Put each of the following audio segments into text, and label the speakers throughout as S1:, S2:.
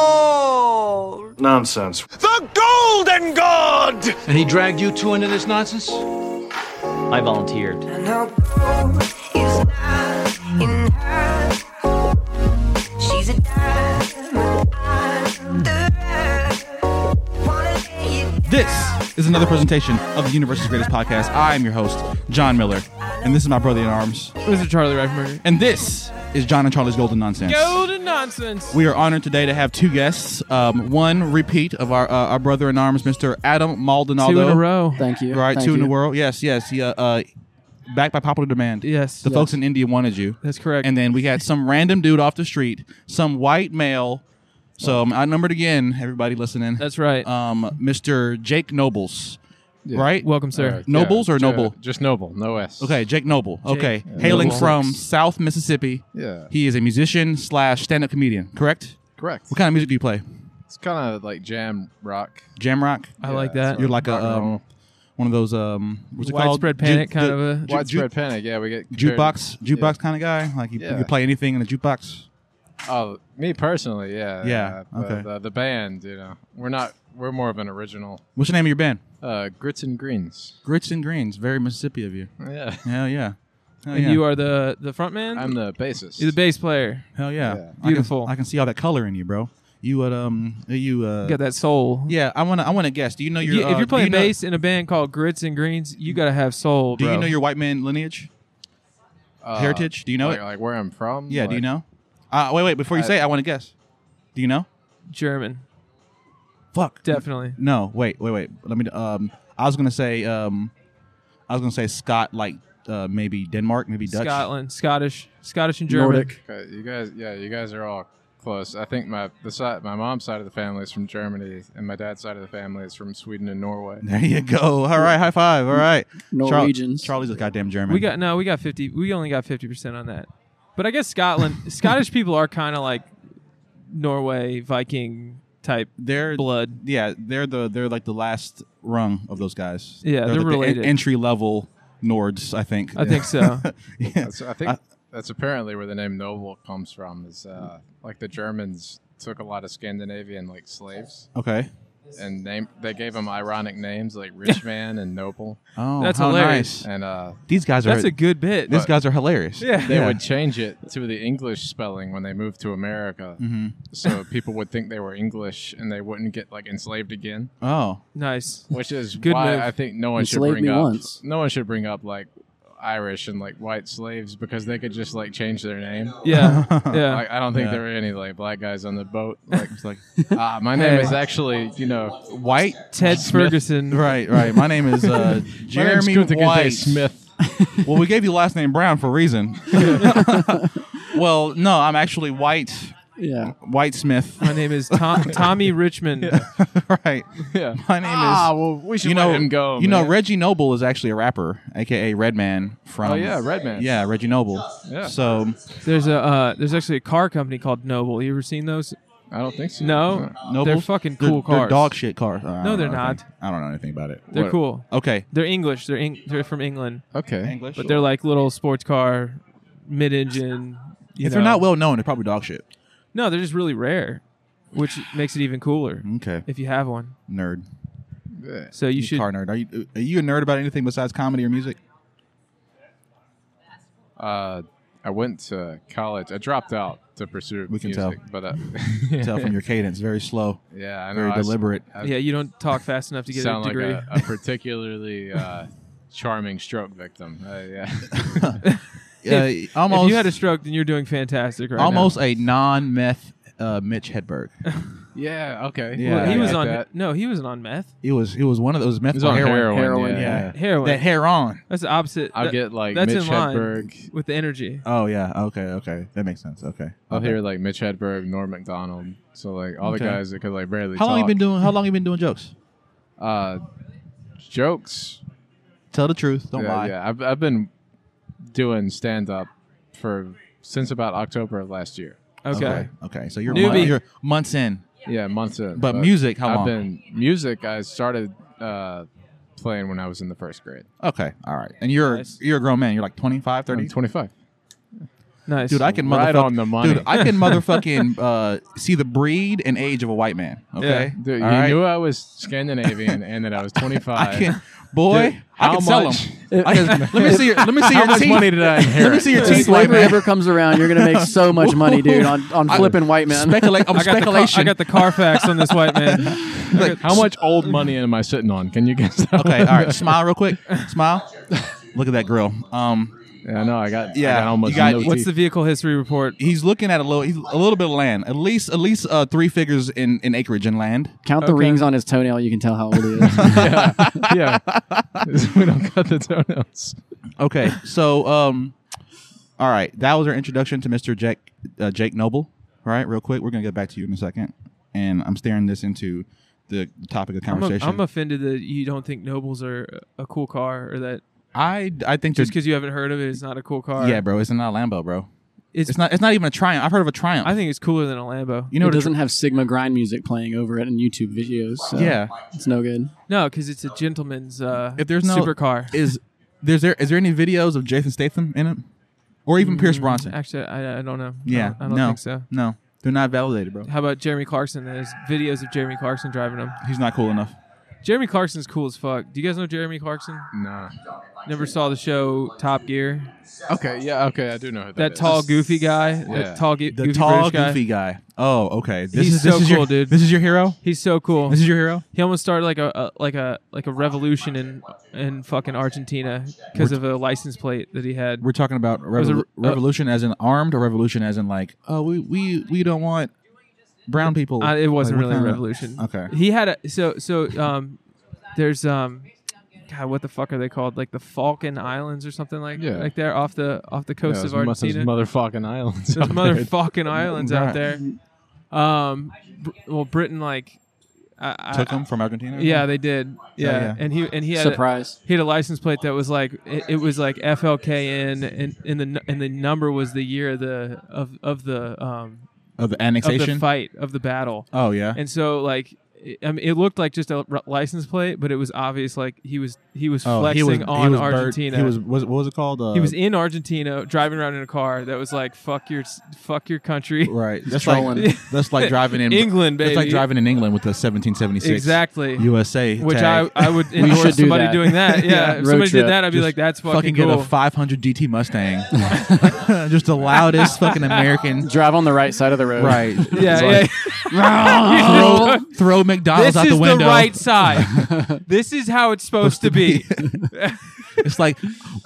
S1: gold.
S2: Nonsense.
S3: The Golden God!
S4: And he dragged you two into this nonsense?
S5: I volunteered.
S1: And her gold is not in her. She's a diamond under her. Wanna lay it
S6: This is another presentation of the Universe's Greatest Podcast. I am your host, John Miller, and this is my brother in arms.
S7: This is Charlie Reifenberger.
S6: And this is John and Charlie's Golden Nonsense.
S7: Golden nonsense.
S6: We are honored today to have two guests. Um, one repeat of our uh, our brother in arms, Mr. Adam Maldonado.
S7: Two in a row.
S8: Thank you.
S6: Right,
S8: Thank
S6: two in
S8: you.
S6: a row. Yes, yes. He, uh, uh, backed by popular demand.
S7: Yes.
S6: The
S7: Yes.
S6: folks in India wanted you.
S7: That's correct.
S6: And then we had some random dude off the street, some white male. So I'm outnumbered again, everybody listening.
S7: That's right.
S6: um, Mr. Jake Nobles, right?
S7: Welcome, sir.
S9: Alright,
S6: Nobles
S9: yeah,
S6: or
S9: ju-
S6: Noble?
S9: Just Noble, no S.
S6: Okay, Jake Noble.
S7: Jake
S6: okay, hailing
S7: Noble.
S6: from South Mississippi.
S9: Yeah.
S6: He is a musician slash stand up comedian. Correct.
S9: Correct.
S6: What kind of music do you play?
S9: It's kind of like jam rock.
S6: Jam rock.
S7: Uh, I like
S9: that's
S7: that.
S6: You're like a
S9: Rock and roll.
S6: um, one of those um, what's it called?
S7: Widespread panic
S6: Ju-
S7: kind
S6: the
S7: of a-
S6: ju- ju-
S9: Widespread panic. Yeah, we get compared-
S6: jukebox jukebox kind of guy. Like you, you
S9: Yeah.
S6: could play anything in a jukebox.
S9: Oh, me personally, yeah.
S6: Yeah,
S9: but
S6: okay.
S7: uh,
S9: uh, The, the band, you know, we're not. We're more of an original.
S6: What's the name of your band?
S9: Uh, Grits and Greens.
S6: Grits and Greens. Very Mississippi of you.
S9: Yeah.
S6: Hell yeah. Hell
S7: And
S6: yeah.
S7: you are the the front man.
S9: I'm the bassist.
S7: You're the bass player.
S6: Hell yeah.
S9: Yeah.
S6: I can- I
S7: Beautiful.
S6: can, see all that color in you, bro. You at um you uh
S7: You got that soul.
S6: yeah. I wanna I wanna guess. Do you know your
S7: You-
S6: uh,
S7: if you're
S6: do
S7: playing
S6: you know- Mm.
S7: bass in a band called Grits and Greens, you gotta have soul,
S6: Do
S7: bro.
S6: you know your white man lineage
S9: Uh,
S6: heritage? Do you know
S9: like,
S6: it?
S9: like where I'm from?
S6: yeah. do you
S9: Like,
S6: know? Uh, wait wait before you
S9: I-
S6: say it, I want to guess. Do you know?
S7: German?
S6: Fuck.
S7: Definitely.
S6: No wait wait wait. Let me um I was gonna say um I was gonna say Scott like uh maybe Denmark maybe Dutch
S7: Scotland, Scottish, Scottish and German.
S8: Nordic.
S9: Okay, you guys, yeah, you guys are all close. I think my the side, my mom's side of the family is from Germany, and my dad's side of the family is from Sweden and Norway.
S6: There you go. All right, high five. All right, Char-
S8: Norwegians.
S6: Charlie's a goddamn German.
S7: We got no, we got fifty. We only got fifty percent on that. But I guess Scotland, Scottish people are kind of like Norway Viking type
S6: they're
S7: blood.
S6: yeah they're the they're like the last rung of those guys.
S7: Yeah, they're
S6: like the en-
S7: related.
S6: entry level Nords, I think.
S7: I think so.
S6: yeah.
S9: That's, I think that's apparently where the name noble comes from. Is uh, like the Germans took a lot of Scandinavian like slaves
S6: Okay.
S9: and name they gave them ironic names like rich man and noble,
S6: Oh,
S7: That's
S6: how
S7: hilarious.
S6: nice.
S9: and uh,
S6: These guys are
S7: That's a good bit.
S6: these guys are hilarious.
S7: Yeah.
S9: they would change it to the English spelling when they moved to America, so people would think they were English and they wouldn't get like enslaved again.
S6: Oh,
S7: nice.
S9: Which is
S7: Good
S9: why
S7: move.
S9: I think no one should
S8: Enslaved
S9: bring
S8: me
S9: up
S8: once.
S9: no one should bring up like Irish and like white slaves because they could just like change their name.
S7: Yeah, yeah.
S9: Like, I don't think
S6: Yeah.
S9: there were any like black guys on the boat. Like,
S6: it's like
S9: ah, my name
S7: Hey.
S9: is actually, you know,
S6: white.
S7: Ted Ferguson.
S6: Right, right. My name is uh,
S9: my name's
S6: Jeremy
S9: Kunta Kinte
S6: White
S9: Smith.
S6: well, we gave you last name Brown for a reason. well, no, I'm actually White
S8: Yeah.
S6: White Smith.
S7: My name is Tom, Tommy Richmond.
S6: right.
S9: Yeah.
S6: My name
S9: Ah,
S6: is.
S9: well, we should
S6: you know,
S9: let him go.
S6: you know,
S9: man.
S6: Reggie Noble is actually a rapper, aka Redman from.
S9: Oh yeah, Redman.
S6: Yeah, Reggie Noble.
S9: Yeah.
S6: So
S7: There's a uh, there's actually a car company called Noble. You ever seen those?
S9: I don't think so.
S7: No,
S6: Noble.
S7: They're fucking cool
S6: They're
S7: cars.
S6: dog shit cars. Uh, I don't
S7: they're
S6: know anything-
S7: not.
S6: I don't know anything about it.
S7: They're
S6: What-
S7: cool.
S6: Okay.
S7: They're English. They're Eng- they're from England,
S9: Okay.
S6: English.
S7: but they're like little sports car, mid engine.
S6: if they're not well known, they're probably dog shit.
S7: no, they're just really rare, which makes it even cooler
S6: Okay.
S7: if you have one.
S6: Nerd.
S9: Yeah.
S7: So you
S6: You
S7: should.
S6: car nerd. Are you are you a nerd about anything besides comedy or music?
S9: Uh, I went to college. I dropped out to pursue
S6: We can
S9: music, but uh,
S6: Tell from your cadence, very slow,
S9: yeah, I know.
S6: very
S9: I s-
S6: deliberate.
S9: I
S7: Yeah, you don't talk fast enough to get a
S9: sound
S7: degree.
S9: like a, a particularly uh, charming stroke victim. Uh, yeah.
S6: Uh, almost.
S7: if you had a stroke, then you're doing fantastic right now.
S6: almost a non-meth uh, Mitch Hedberg.
S9: Yeah. Okay.
S6: Yeah.
S7: Well, he
S6: I
S7: was
S9: like
S7: on.
S9: that.
S7: No, he wasn't on meth.
S6: It was it was one of those meth
S9: He's
S6: or
S9: on
S6: heroin.
S9: heroin.
S8: Heroin,
S9: yeah.
S6: Yeah.
S7: Heroin.
S6: That hair on.
S7: That's the opposite.
S9: I'll
S7: That-
S9: get like
S7: that's
S9: Mitch
S7: in line.
S9: Hedberg.
S7: with the energy.
S6: Oh yeah. Okay. Okay. That makes sense. Okay.
S9: I'll hear like Mitch Hedberg, Norm Macdonald. So like all
S6: Okay.
S9: the guys that could like barely.
S6: How long you
S9: talk.
S6: been doing? How long you been doing jokes?
S9: Uh, jokes.
S6: Tell the truth. Don't
S9: yeah,
S6: lie.
S9: yeah. I've I've been doing stand up for since about October of last year.
S7: Okay.
S6: Okay. So you're,
S7: Newbie.
S6: mon- you're months in,
S9: Yeah, months in.
S6: but music. How
S9: I've
S6: long?
S9: been music. I started uh, playing when I was in the first grade.
S6: okay. All right. And you're
S7: Nice.
S6: you're a grown man. You're like 25, 30.
S9: I'm 25.
S7: Nice.
S6: Dude, I can
S9: Right
S6: motherfuck-
S9: on the money.
S6: Dude, I can motherfucking uh, see the breed and age of a white man. Okay,
S9: Dude, you
S6: All right?
S9: knew I was Scandinavian and that I was 25.
S6: I can, boy.
S9: Dude,
S6: I
S9: how
S6: can sell
S9: much-
S6: them. I, let me see your. Let me see
S9: How
S6: your
S9: much
S6: teeth.
S9: money did I
S6: Let me
S9: inherit?
S6: see your
S2: If
S6: teeth, white
S2: slavery
S6: man.
S2: ever comes around, you're gonna make so much money, dude, on, on
S6: I-
S2: flipping white men.
S6: Speculate. I'm
S7: I got, the, Car- I
S6: speculation.
S7: got the Carfax on this white man. I got-
S9: How much old money am I sitting on? Can you guess? That
S6: okay, all right. Smile real quick. Smile. Look at that grill. Um,
S9: Yeah, no, I got.
S6: Yeah,
S9: I got almost
S6: you got-
S9: no
S7: What's
S9: teeth.
S7: the vehicle history report?
S6: he's looking at a little. He's a little bit of land. At least, at least uh, three figures in in acreage and land.
S2: Count the
S7: Okay.
S2: rings on his toenail, you can tell how old he is.
S9: yeah, we don't cut the toenails.
S6: Okay, so um, all right, that was our introduction to Mr. Jake uh, Jake Noble. All right, real quick, we're gonna get back to you in a second, and I'm staring this into the topic of
S7: I'm, a,
S6: conversation.
S7: I'm offended that you don't think Nobles are a cool car, or that
S6: I I
S7: just
S6: think there's
S7: because you haven't heard of it, it's not a cool car.
S6: yeah, bro, it's not a Lambo, bro.
S7: it's,
S6: It's not. It's not even a Triumph. I've heard of a Triumph.
S7: I think it's cooler than a Lambo.
S6: you know
S2: it
S6: what a
S2: doesn't have Sigma grind music playing over it in YouTube videos. So
S6: Tri- yeah.
S2: It's no good.
S7: No, because it's a gentleman's. Uh,
S6: If there's no
S7: supercar,
S6: is there's there is there any videos of Jason Statham in it, or even Pierce Bronson?
S7: Mm, actually, I, I don't know.
S6: yeah,
S7: I don't, I don't
S6: no,
S7: think so.
S6: no, they're not validated, bro.
S7: How about Jeremy Clarkson? There's videos of Jeremy Clarkson driving them.
S6: He's not cool enough.
S7: Jeremy Clarkson's cool as fuck. Do you guys know Jeremy Clarkson?
S9: No.
S7: Never saw the show Top Gear.
S9: Okay. Yeah. Okay. I do know who
S7: That
S9: is.
S7: tall, goofy guy.
S9: Yeah.
S7: That tall, gu-
S6: The
S7: goofy
S6: tall,
S7: British guy.
S6: goofy guy. Oh, okay. This
S7: He's
S6: is this
S7: so
S6: is your,
S7: cool, dude.
S6: This is your hero.
S7: He's so cool.
S6: This is your hero.
S7: He almost started like a, a like a like a revolution in in fucking Argentina because of a license plate that he had.
S6: We're talking about
S7: was a
S6: revol-
S7: re- uh,
S6: revolution as an armed or revolution as in like, oh, we we, we don't want brown people.
S7: Uh, it wasn't
S6: Like,
S7: really
S6: what
S7: a
S6: kind of-
S7: revolution.
S6: Okay.
S7: He had a so so um there's um God, what the fuck are they called? Like the Falcon Islands or something like
S9: Yeah.
S7: like there off the off the
S9: Yeah,
S7: coast
S9: those
S7: of
S9: mu- those
S7: Argentina.
S9: motherfucking islands.
S7: Those
S9: out there.
S7: motherfucking islands out there. Um, Br- well, Britain like I, I,
S6: Took him from Argentina.
S7: Yeah, they did. Yeah,
S6: yeah.
S7: and he and he had a,
S2: Surprise.
S7: he had a license plate that was like it, it was like FLKN, and and the nu- and the number was the year of the of of the um
S6: of the
S7: of
S6: annexation.
S7: the fight of the battle,
S6: Oh yeah.
S7: and so like. it- I mean, it looked like just a r- license plate, but it was obvious like he was he was
S6: oh,
S7: flexing on
S6: bird-
S7: Argentina.
S6: he was, was what was it called? Uh,
S7: He was in Argentina driving around in a car that was like fuck your s- fuck your country.
S6: right. That's
S2: trolling.
S6: like that's like driving in
S7: England,
S6: That's like
S7: baby.
S6: driving in England with the 1776
S7: Exactly.
S6: USA.
S7: Which
S6: tag.
S7: I, I would
S2: should do
S7: endorse somebody
S2: that.
S7: doing that. Yeah,
S2: Yeah,
S7: if
S2: road
S7: somebody
S2: trip.
S7: did that, I'd be
S6: Just
S7: like, that's
S6: fucking
S7: fucking,
S6: get
S7: cool.
S6: a 500 GT Mustang. Just the loudest fucking American.
S2: Drive on the right side of the road.
S6: Right.
S7: yeah, yeah.
S6: throw, throw McDonald's
S7: Oh. This
S6: out
S7: is
S6: the
S7: the,
S6: window.
S7: right side. this is how it's supposed to be.
S6: It's like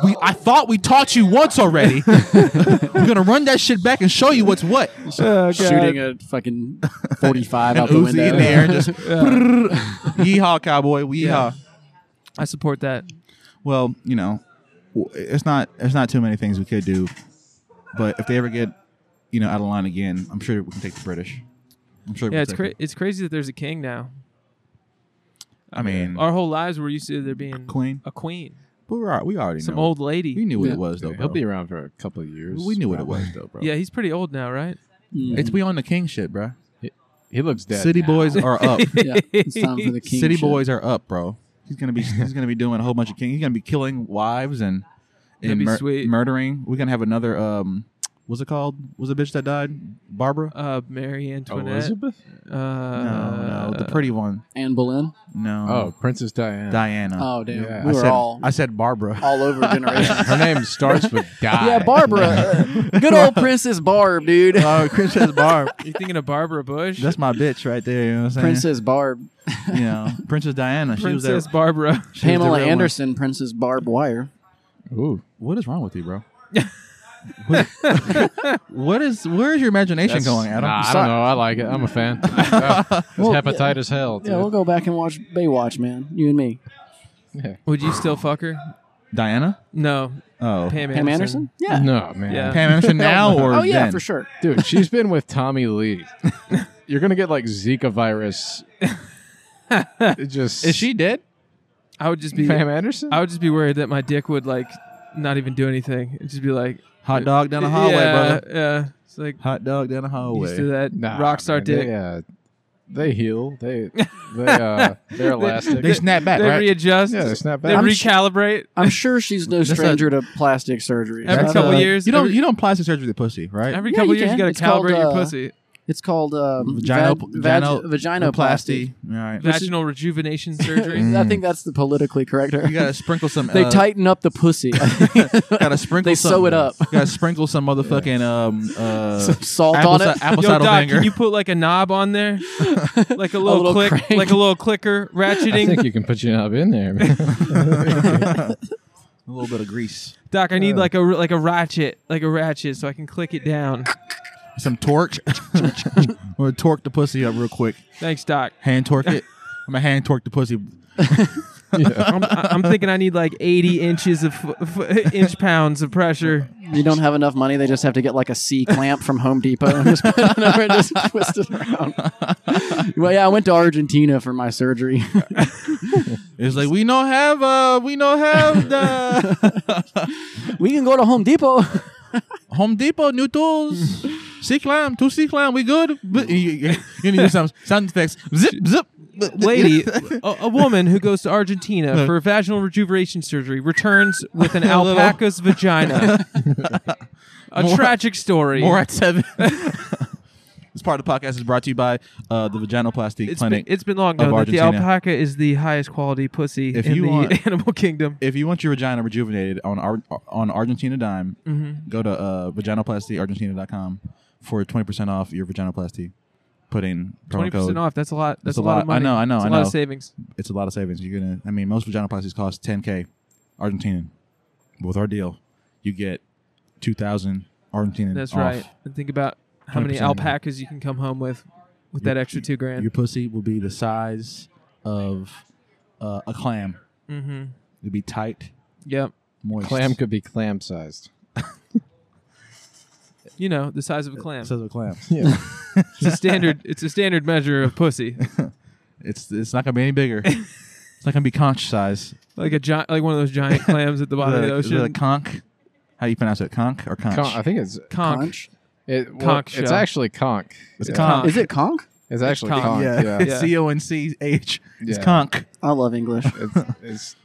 S6: we. I thought we taught you once already. We're gonna run that shit back and show you what's what.
S2: Shooting a fucking 45
S6: And
S2: out the
S6: Uzi
S2: window.
S6: in the air, and just yeehaw, cowboy, yeehaw.
S7: I support that.
S6: Well, you know, w- it's not. It's not too many things we could do, but if they ever get, you know, out of line again, I'm sure we can take the British. I'm sure. we
S7: Yeah,
S6: can
S7: it's
S6: take
S7: cra-
S6: them.
S7: it's crazy that there's a king now.
S6: I mean,
S7: Our whole lives we're used to there being
S6: queen?
S7: a queen,
S6: but we're, al- we already
S7: some
S6: know.
S7: old lady.
S6: We knew what
S2: Yeah.
S6: it was though. Bro.
S9: He'll be around for a couple of years.
S6: we knew what it was though, bro.
S7: Yeah, he's pretty old now, right?
S2: Mm.
S6: it's we on the king shit, bro.
S9: He looks dead.
S6: City boys are up.
S2: Yeah, it's time for the king.
S6: City
S2: shit.
S6: boys are up, bro. He's gonna be he's gonna be doing a whole bunch of king. He's gonna be killing wives and
S7: That'd
S6: and
S7: be
S6: mur-
S7: sweet.
S6: murdering. We're gonna have another um, what's it called? Was a bitch that died? Barbara?
S7: Uh, Mary Antoinette.
S9: Elizabeth?
S7: Uh,
S6: no, no, the pretty one.
S2: Anne Boleyn.
S6: No,
S9: Oh, Princess Diana.
S6: Diana.
S2: Oh damn,
S9: Yeah,
S2: we
S6: I
S2: were
S6: said
S2: all
S6: I said Barbara.
S2: all over generations.
S9: Her name starts with Di.
S2: yeah, Barbara, Uh, good old Princess Barb, dude.
S6: Oh, Princess Barb.
S7: You're thinking of Barbara Bush?
S6: That's my bitch right there. You know what I'm saying?
S2: Princess Barb,
S6: You know, Princess Diana. she was
S7: Princess
S6: there.
S7: Barbara.
S6: she was the
S2: Pamela
S6: real one.
S2: Anderson, Princess Barb Wire.
S9: Ooh,
S6: What is wrong with you, bro? What- what is where is your imagination
S9: that's-
S6: going, Adam?
S9: Nah, I
S2: Sorry.
S9: don't know. I like it. I'm a fan. Yeah, it's hepatitis hell, dude.
S2: Yeah, we'll go back and watch Baywatch, man. You and me.
S7: Would you still fuck her?
S6: Diana?
S7: No,
S6: Oh.
S7: Pam Anderson.
S2: Pam Anderson? Yeah.
S9: No, man.
S7: Yeah.
S6: Pam Anderson now or
S2: oh yeah,
S6: then?
S2: for sure.
S9: Dude, she's been with Tommy Lee. You're gonna get like Zika virus. It just
S6: Is she dead?
S7: I would just be
S9: Pam Anderson?
S7: I would just be worried that my dick would like not even do anything. It'd just be like
S6: Hot dog down the hallway,
S7: yeah,
S6: brother.
S7: Yeah, it's like
S6: Hot dog down the
S7: used to
S6: hallway.
S7: that
S9: Nah,
S7: rock star
S9: man,
S7: dick.
S9: they, uh, They heal. They they uh, they're elastic.
S6: They snap back,
S7: they
S6: right?
S7: readjust.
S9: yeah, they snap
S7: They
S9: back.
S2: I'm sh-
S7: recalibrate.
S2: I'm sure she's no
S6: That's a-
S2: stranger to plastic surgery. uh,
S7: Every
S2: That's
S7: couple
S2: a-
S7: years,
S6: you don't
S7: every-
S6: you don't plastic surgery the pussy, right?
S7: Every
S2: Yeah,
S7: couple
S2: you
S7: years,
S2: can.
S7: you got
S2: It's
S7: to
S2: called,
S7: calibrate your
S2: uh,
S7: pussy.
S2: It's called um,
S6: Vaginal, vaginal,
S2: vag- vag- vaginoplasty.
S6: vaginoplasty. All right.
S2: This is-
S7: Vaginal rejuvenation surgery.
S6: Mm,
S2: I think that's the politically correct. term.
S6: You gotta sprinkle some.
S2: they
S6: uh,
S2: tighten up the pussy.
S6: Gotta sprinkle.
S2: They
S6: some,
S2: sew it up.
S6: You gotta sprinkle some motherfucking um uh
S2: Some salt
S6: apple
S2: on
S6: ci-
S2: it.
S6: apple
S7: Yo,
S6: cider
S7: Doc,
S6: vinegar.
S7: can you put like a knob on there, like a little,
S2: little
S7: click,
S2: crank.
S7: like a little clicker,
S9: I think
S7: ratcheting?
S9: you can put your knob in there. Man.
S6: a little bit of grease,
S7: Doc, I need like a like a ratchet, like a ratchet, so I can click it down.
S6: some torque. or torque the pussy up real quick.
S7: Thanks, Doc.
S6: Hand torque it. I'm gonna hand torque the pussy.
S7: I'm, I- I'm thinking I need like 80 inches of f- f- inch pounds of pressure.
S2: you don't have enough money. They just have to get like a C clamp from Home Depot and just put it over and just twist it around. well, yeah, I went to Argentina for my surgery.
S6: It's like we don't have uh we don't have the
S2: we can go to Home Depot.
S6: Home Depot new tools. C climb, two C climb, we good. But you, you you need to do some sound effects. Zip, zip.
S7: Lady, a, a woman who goes to Argentina for vaginal rejuveration surgery returns with an
S6: A little-
S7: alpaca's vagina. A
S6: More-
S7: tragic story.
S6: More at seven. this part of the podcast is brought to you by uh, the Vaginoplasty
S7: It's been,
S6: Clinic.
S7: it's been long
S6: of
S7: known that the
S6: Argentina.
S7: alpaca is the highest quality pussy
S6: If
S7: in
S6: you
S7: the
S6: want-
S7: animal kingdom.
S6: if you want your vagina rejuvenated on Ar- on Argentina dime,
S7: Mm-hmm.
S6: go to uh, vaginoplastyargentina.com for twenty percent off your vaginoplasty. Put in promo
S7: Twenty
S6: code.
S7: percent off. That's a lot. That's
S6: a
S7: a lot. of
S6: lot. I
S7: money.
S6: know, I know,
S7: It's
S6: I
S7: a lot of
S6: know.
S7: savings.
S6: It's a lot of savings. You're gonna. I mean, most vaginoplasties cost ten k Argentinian. But with our deal, you get two thousand Argentinian.
S7: That's
S6: off.
S7: right. And think about how many
S6: 100% off.
S7: alpacas you can come home with with that extra two grand.
S6: Your pussy will be the size of uh, a clam.
S7: mm-hmm.
S6: It'll be tight,
S7: Yep.
S6: moist.
S9: clam could be clam sized.
S7: You know the size of a clam.
S6: size of a clam.
S9: Yeah.
S7: It's a standard. It's a standard measure of pussy,
S6: It's it's not gonna be any bigger. it's not gonna be conch size.
S7: like a giant, like one of those giant clams at the bottom of the
S6: Is it a
S7: ocean.
S6: conch? How do you pronounce it? Conch or conch?
S9: Con- I think it's
S7: Conch.
S9: it, well,
S7: Conch
S9: It's
S7: shell.
S9: actually conch.
S6: It's
S9: Yeah.
S6: conch.
S2: Is it conch?
S9: It's actually
S7: conch.
S9: conch. Yeah.
S7: Yeah.
S6: C O N C H. It's
S9: Yeah.
S6: conch.
S2: I love English.
S9: It's- it's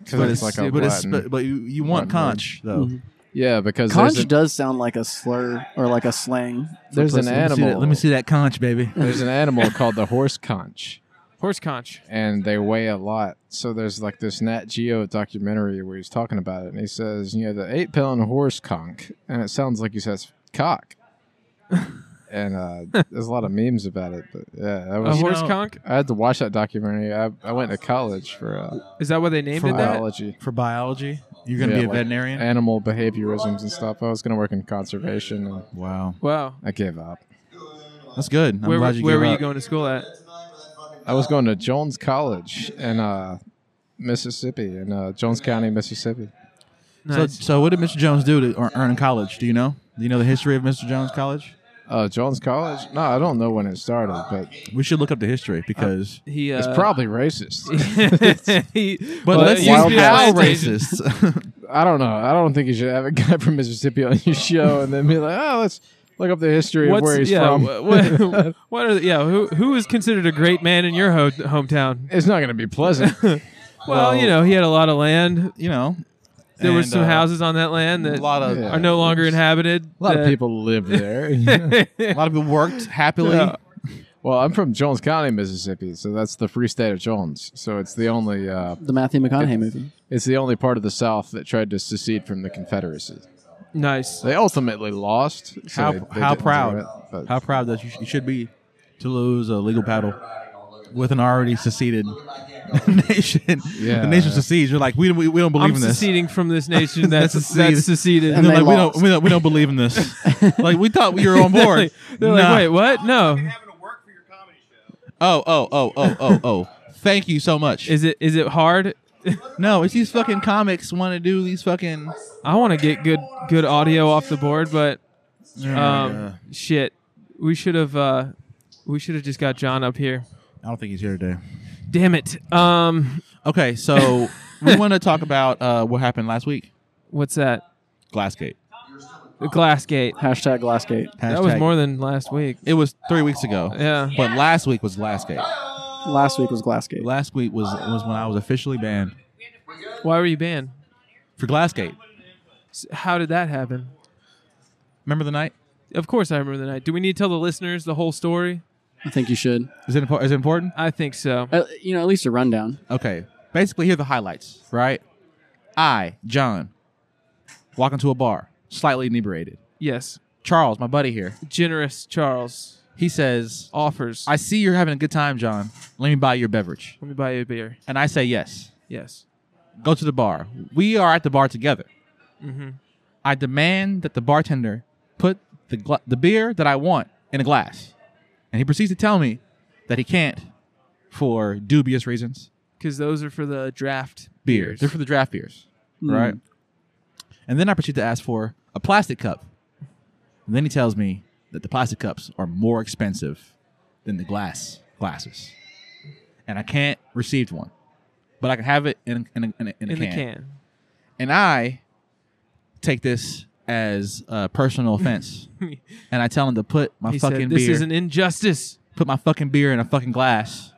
S9: because
S6: But
S9: it's, like a
S6: but it's
S9: Latin.
S6: but, but you, you want
S9: Latin word.
S6: conch though.
S2: Mhm.
S9: yeah, because
S2: Conch
S9: there's, a-
S2: does sound like a slur or like a slang.
S9: there's an
S6: Let me see that-
S9: animal.
S6: Let me see that conch, baby.
S9: There's an animal called the horse conch.
S7: Horse conch.
S9: and they weigh a lot. So there's like this Nat Geo documentary where he's talking about it, and he says, you know, the eight pound horse conch, and it sounds like he says cock. and uh, there's a lot of memes about it, but yeah, that
S7: A
S9: was.
S7: horse
S6: know-
S7: conch.
S9: I had to watch that documentary. I, I went to college for uh,
S7: Is that why they named
S6: For
S7: it that?
S9: biology.
S6: For biology, you're gonna
S9: Yeah,
S6: be a
S9: like
S6: veterinarian.
S9: Animal behaviorisms and stuff. I was going to work in conservation. And
S6: wow,
S7: Wow.
S9: I gave up.
S6: that's good. I'm
S7: where
S6: glad
S7: were-
S6: you
S7: where
S6: gave
S7: were you
S6: up.
S7: going to school at?
S9: I was going to Jones College in uh, Mississippi, in uh, Jones County, Mississippi.
S7: Nice.
S6: So, so what did Mr. Jones do to ear- earn college? Do you know? Do you know the history of Mr. Jones College?
S9: Uh, Jones College? No, I don't know when it started, but
S6: We should look up the history because.
S7: he. Uh,
S9: it's probably racist.
S7: he,
S6: but
S7: well,
S6: let's
S7: it
S6: see
S7: used to be a
S6: how
S7: plantation.
S6: racist.
S9: I don't know. I don't think you should have a guy from Mississippi on your show and then be like, oh, let's look up the history
S7: What's,
S9: of where he's
S7: yeah,
S9: from.
S7: wh- What, what are the, yeah? Who who is considered a great man in your ho- hometown?
S9: it's not going to be pleasant.
S7: Well,
S6: Well-
S7: you know, he had a lot of land.
S6: you know,
S7: There were
S6: and,
S7: some
S6: uh,
S7: houses on that land that
S6: A lot of
S9: Yeah.
S7: are no longer inhabited.
S9: a lot of
S7: that-
S9: people live there.
S6: a lot of people worked happily.
S7: Yeah.
S9: well, I'm from Jones County, Mississippi, so that's the free state of Jones. So it's the only uh,
S2: The Matthew McConaughey movie.
S9: it's the only part of the South that tried to secede from the Confederacy.
S7: Nice.
S9: They ultimately lost. so
S6: how
S9: they- they
S6: how
S9: didn't do
S6: proud
S9: it, but-
S6: how proud that you, sh- you should be to lose a legal battle with an already seceded nation.
S9: Yeah.
S6: the nation secedes. You're like we we, we don't believe
S7: I'm
S6: in this.
S7: seceding from this nation that's
S6: That's a
S7: that's
S6: secede.
S7: seceded.
S6: And they're
S2: they
S6: like we don't,
S2: lost.
S6: we don't we don't believe in this. like we thought we were on
S7: They're,
S6: board.
S7: like, they're
S6: Nah.
S7: like, wait, what? No.
S6: Oh oh oh oh oh oh. Thank you so much.
S7: Is it is it hard?
S6: no, it's these fucking comics want to do these fucking.
S7: I want to get good good audio off the board, but um, shit, we should have uh, we should have just got John up here.
S6: I don't think he's here today.
S7: Damn it. Um,
S6: Okay, so we want to talk about uh, what happened last week.
S7: what's that?
S6: Glassgate.
S7: The Glassgate.
S2: Hashtag Glassgate.
S7: That was more than last week.
S6: It was three weeks ago.
S7: Yeah.
S6: But last week was last gate.
S2: Last week was Glassgate.
S6: Last week was was when I was officially banned
S7: Why were you banned?
S6: for Glassgate.
S7: S- How did that happen?
S6: Remember the night?
S7: Of course, I remember the night. Do we need to tell the listeners the whole story?
S2: I think you should.
S6: Is it impor- is it important?
S7: I think so.
S2: Uh, you know, at least a rundown.
S6: Okay. Basically, here are the highlights, right? I, John, walk into a bar, slightly inebriated.
S7: Yes.
S6: Charles, my buddy here,
S7: Generous Charles
S6: he says, "Oh,
S7: offers.
S6: I see you're having a good time, John. Let me buy your beverage.
S7: Let me buy you a beer.
S6: And I say, yes.
S7: Yes.
S6: Go to the bar. We are at the bar together. I demand that the bartender put the, gla- the beer that I want in a glass. And he proceeds to tell me that he can't for dubious reasons.
S7: Because those are for the draft
S6: beers.
S7: beers. Hmm.
S6: They're for the draft beers, right? And then I proceed to ask for a plastic cup. And then he tells me that the plastic cups are more expensive than the glass glasses, and I can't receive one, but I can have it in in a, in a, in a
S7: in
S6: can.
S7: the can.
S6: And I take this as a personal offense, and I tell him to put my
S7: He
S6: fucking
S7: said, "This
S6: beer
S7: is an injustice."
S6: put my fucking beer in a fucking glass,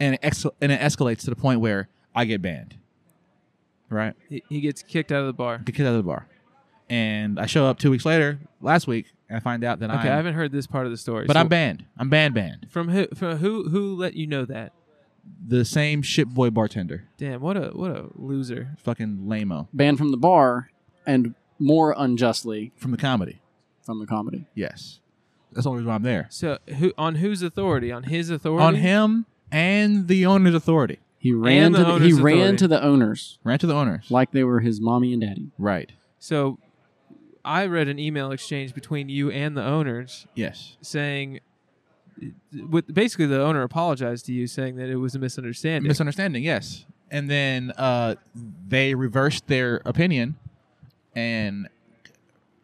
S6: and it ex- and it escalates to the point where I get banned, right?
S7: He, he gets kicked out of the bar.
S6: get kicked out of the bar. And I show up two weeks later, last week, and I find out that
S7: Okay,
S6: I'm,
S7: I haven't heard this part of the story.
S6: but
S7: So
S6: I'm banned. I'm banned, banned.
S7: From who? From who? Who let you know that?
S6: The same shitboy bartender,
S7: Damn! What a what a loser.
S6: fucking lameo
S2: Banned from the bar and more unjustly
S6: from the comedy.
S2: from the comedy.
S6: Yes, that's the only reason why I'm there.
S7: So who on whose authority? On his authority.
S6: On him and the owner's authority.
S2: He ran
S7: the
S2: to the, he
S7: owner's
S2: ran
S7: authority.
S2: to the owners
S6: Ran to the owners.
S2: like they were his mommy and daddy.
S6: right.
S7: So I read an email exchange between you and the owners
S6: Yes.
S7: saying, with basically the owner apologized to you, saying that it was a misunderstanding.
S6: Misunderstanding. Yes. And then uh, they reversed their opinion and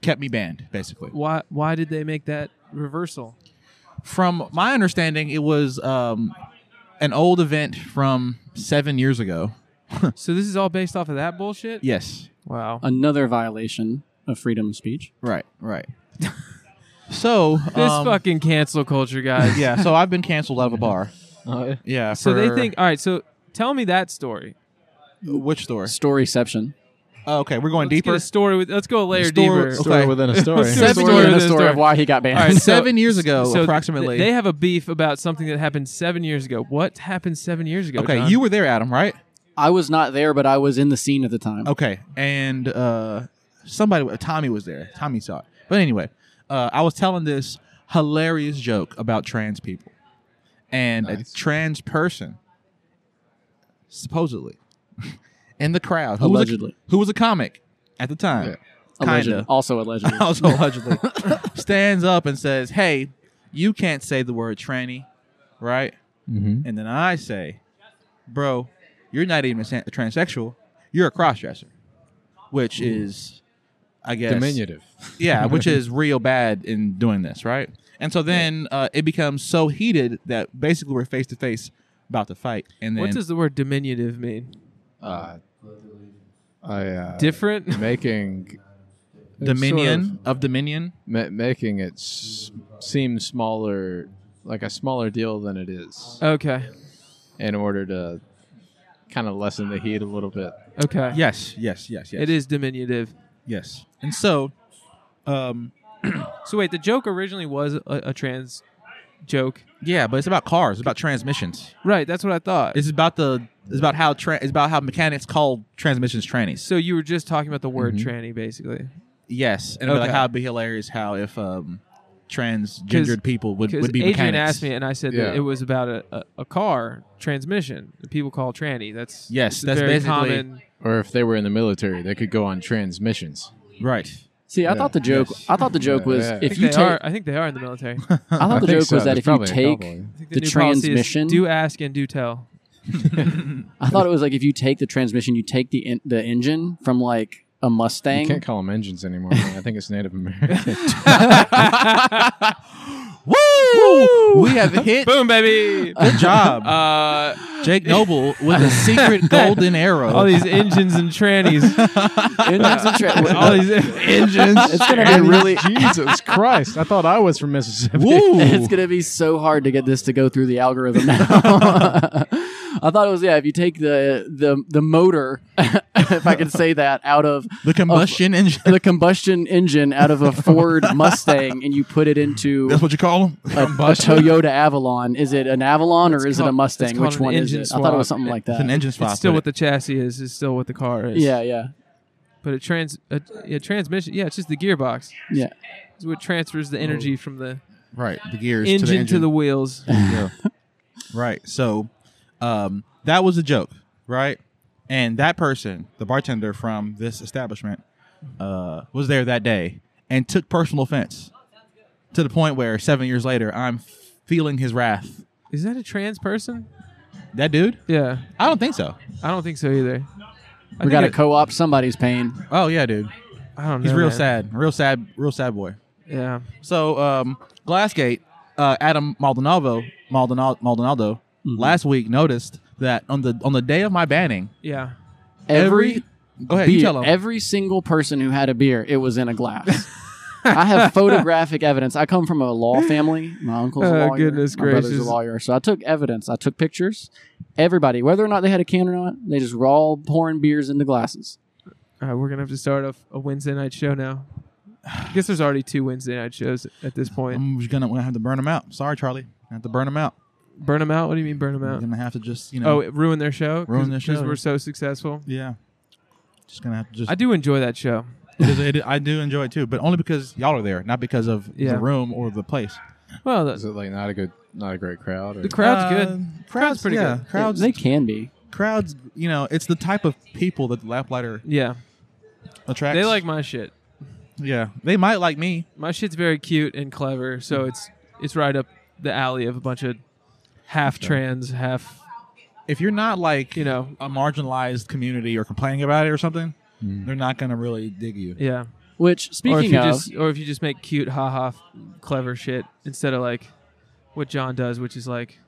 S6: kept me banned, basically.
S7: why why did they make that reversal?
S6: from my understanding, it was um, an old event from seven years ago.
S7: So this is all based off of that bullshit.
S6: Yes. Uh,
S7: Wow.
S2: Another violation of freedom of speech.
S6: Right. Right. so
S7: This
S6: um,
S7: fucking cancel culture, guys.
S6: yeah. So I've been canceled out of a bar. Yeah.
S7: So they
S6: for-
S7: think. All right. So tell me that story.
S6: which store?
S2: Storyception.
S6: Oh, okay, we're going
S7: Let's get
S6: deeper.
S7: a story with. Let's go a layer
S6: Store-
S7: deeper.
S9: Story
S6: Okay.
S9: within a story.
S7: Seven
S2: Story
S7: years
S2: within a
S7: ago.
S2: story of why he got banned.
S7: All right, so-
S6: seven years ago,
S7: th-
S6: oh, approximately.
S7: they have a beef about something that happened seven years ago. What happened seven years ago?
S6: okay,
S7: John?
S6: you were there, Adam, right?
S2: I was not there, but I was in the scene at the time.
S6: Okay, and uh, somebody, Tommy was there. Tommy saw it. But anyway, uh, I was telling this hilarious joke about trans people, and
S9: Nice.
S6: a trans person, supposedly, in the crowd, who was
S2: Allegedly.
S6: a, who was a comic at the time,
S2: Allegedly.
S6: kinda.
S2: Also allegedly.
S6: also allegedly, stands up and says, "Hey, you can't say the word tranny, right?"
S9: Mm-hmm.
S6: And then I say, bro, you're not even a san- transsexual. You're a crossdresser, which is, I guess,
S9: Diminutive.
S6: yeah, which is real bad in doing this, right? And so then uh, it becomes so heated that basically we're face to face about to fight. And then
S7: What does the word diminutive mean?
S9: Uh, I uh,
S7: Different.
S9: making
S6: Dominion
S9: sort
S6: of, Dominion?
S9: ma- making it s- seem smaller, like a smaller deal than it is,
S7: okay.
S9: in order to kind of lessen the heat a little bit.
S7: Okay.
S6: Yes, yes, yes, yes.
S7: It is diminutive.
S6: Yes. And so, um,
S7: So wait, the joke originally was a, a trans joke.
S6: yeah, but it's about cars, it's about transmissions.
S7: Right. That's what I thought.
S6: It's about the. It's about how tra- it's about how mechanics call transmissions trannies.
S7: so you were just talking about the word
S6: Mm-hmm.
S7: tranny, basically.
S6: Yes, and it'd be like
S7: Okay.
S6: how it'd be hilarious how if um, transgendered people would,
S7: Because
S6: would be
S7: Adrian
S6: mechanics.
S7: asked me, and I said
S9: Yeah.
S7: that it was about a, a, a car transmission that people call tranny. That's
S6: Yes,
S7: it's a
S6: that's
S7: very
S6: basically-
S7: common.
S9: Or if they were in the military, they could go on transmissions.
S6: right?
S2: See, I
S9: Yeah.
S2: thought the joke.
S6: Yes.
S2: I thought the joke was
S9: Yeah. I
S7: I
S2: if
S7: think
S2: you
S7: they
S2: take.
S7: are. I think they are in the military.
S2: I thought the
S9: think
S2: joke
S9: so.
S2: was that
S9: There's
S2: if you
S9: probably a
S2: take
S9: cowboy. I
S7: think new policy
S2: the,
S7: is
S2: transmission,
S7: Do ask and do tell.
S2: I thought it was like if you take the transmission, you take the en- the engine from like a
S9: You can't
S2: Mustang.
S9: call them engines anymore. man. I think it's Native American.
S6: Woo! Woo! We have hit
S7: Boom, baby.
S6: good job.
S7: Uh,
S6: Jake Noble with a secret golden arrow.
S7: all these engines and trannies.
S2: Engines and tra-
S7: all these engines.
S2: it's gonna be really.
S9: Jesus Christ! I thought I was from Mississippi.
S6: Woo!
S2: It's gonna be so hard to get this to go through the algorithm now. I thought it was yeah. If you take the the the motor, if I can say that, out of
S6: the combustion engine.
S2: the combustion engine out of a Ford Mustang, and you put it into
S6: That's what you call them.
S2: a, a Toyota Avalon. Is it an Avalon or is it a
S7: called-
S2: Mustang?
S7: it's called
S2: Which
S7: an
S2: one is
S7: engine
S2: it? I thought it was
S7: swap.
S2: something like
S6: It's an
S2: that.
S6: engine swap.
S7: It's still
S6: but
S7: what the chassis is. It's still what the car is.
S2: Yeah, yeah,
S7: But a trans a, yeah transmission. Yeah, it's just the gearbox.
S2: yeah.
S7: It's what transfers the energy from the
S6: right the gears
S7: engine
S6: to the engine
S7: wheels.
S6: Right. So um, that was a joke, right? And that person, the bartender from this establishment, uh, was there that day and took personal offense to the point where seven years later, I'm feeling his wrath.
S7: Is that a trans person?
S6: That dude?
S7: Yeah,
S6: I don't think so.
S7: I don't think so either. I
S2: We got to
S7: think it-
S2: co-op somebody's pain.
S6: Oh yeah, dude.
S7: I don't know.
S6: He's real
S7: man.
S6: sad. Real sad. Real sad boy.
S7: Yeah.
S6: So um, Glassgate, uh, Adam Maldonado, Maldonado, Maldonado
S2: Mm-hmm.
S6: last week noticed that on the on the day of my banning,
S7: Yeah.
S2: Every
S6: go ahead, you
S2: beer,
S6: tell him.
S2: every single person who had a beer, it was in a glass. I have photographic evidence. I come from a law family. My uncle's a
S7: Oh,
S2: lawyer.
S7: goodness
S2: my brother's a
S7: gracious.
S2: lawyer. So I took evidence. I took pictures. Everybody, whether or not they had a can or not, they just were all pouring beers into glasses.
S7: All right, Uh, we're gonna have to start off a Wednesday night show now. I guess there's already two Wednesday night shows at this point.
S6: I'm just gonna, gonna have to burn them out. Sorry, Charlie. I have to burn them out.
S7: Burn them out. What do you mean burn them
S6: I'm
S7: out?
S6: gonna have to just you
S7: Oh,
S6: know.
S7: it ruined their show.
S6: Ruin their
S7: because
S6: show.
S7: we're so successful.
S6: yeah. Just gonna have to just.
S7: I do enjoy that show.
S6: it is- it- I do enjoy it too, but only because y'all are there, not because of
S7: Yeah.
S6: the room or the place.
S7: Well, the,
S9: Is it like not a good, not a great crowd? Or
S7: the crowd's
S6: Uh,
S7: good. Crowd's pretty
S6: yeah,
S7: good.
S6: Crowds,
S2: They can be.
S6: crowds. You know, it's the type of people that the Laplighter
S7: Yeah,
S6: attracts.
S7: they like my shit.
S6: Yeah, they might like me.
S7: My shit's very cute and clever, so it's it's right up the alley of a bunch of half trans, half
S6: If you're not like
S7: you know,
S6: a marginalized community or complaining about it or something, they're not gonna really dig you.
S7: yeah. or
S2: Which
S7: if
S2: speaking
S7: you
S2: of,
S7: just or if you just make cute, haha, f- clever shit instead of like what John does, which is like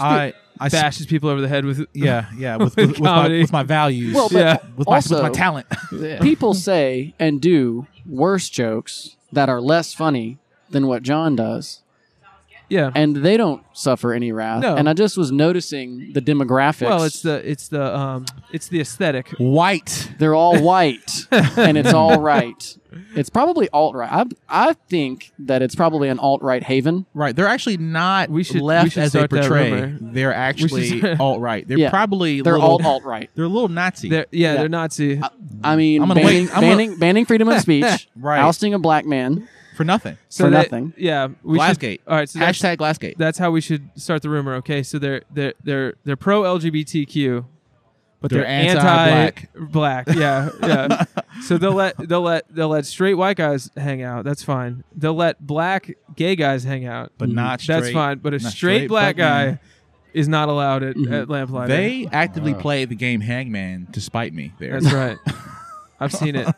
S6: I, I sp-
S7: bashes people over the head with
S6: yeah, yeah, with with, with, my,
S7: Comedy.
S6: with my values,
S2: Well, but
S7: Yeah.
S6: with, my, with my
S2: also-
S6: talent.
S2: people say and do worse jokes that are less funny than what John does,
S7: yeah.
S2: and they don't suffer any wrath.
S7: No.
S2: And I just was noticing the demographics.
S7: Well, it's the it's the um it's the aesthetic.
S6: White.
S2: They're all white, and it's all right. It's probably alt right. I, I think that it's probably an alt right haven.
S6: Right. They're actually not
S7: We should- we
S6: left
S7: should
S6: as they
S7: start that
S6: portray.
S7: rumor.
S6: They're actually
S7: start-
S6: alt right. They're
S2: Yeah.
S6: probably
S2: They're
S6: little,
S2: all alt right.
S6: They're a little Nazi.
S7: They're, yeah,
S2: Yeah. Uh,
S7: they're Nazi.
S2: I mean,
S6: I'm gonna
S2: banning,
S6: wait- I'm gonna-
S2: banning, banning freedom of speech,
S6: Right.
S2: ousting a black man.
S6: for nothing.
S2: for
S7: that-
S2: nothing.
S7: Yeah, we should-
S6: Glassgate.
S7: all right, so that's,
S6: Hashtag Glassgate.
S7: that's how we should start the rumor. Okay, so they're they're they're they're pro LGBTQ, but
S6: They're
S7: they're,
S6: anti-black.
S7: Black, yeah, yeah. so they'll let they'll let they'll let straight white guys hang out. That's fine. They'll let black gay guys hang out,
S6: But not straight.
S7: Mm, that's fine. But a
S6: not
S7: straight, black guy
S6: man.
S7: is not allowed at,
S2: Mm-hmm.
S7: at Lamplighter.
S6: They actively play the game Hangman to spite me. There.
S7: that's right. I've seen it.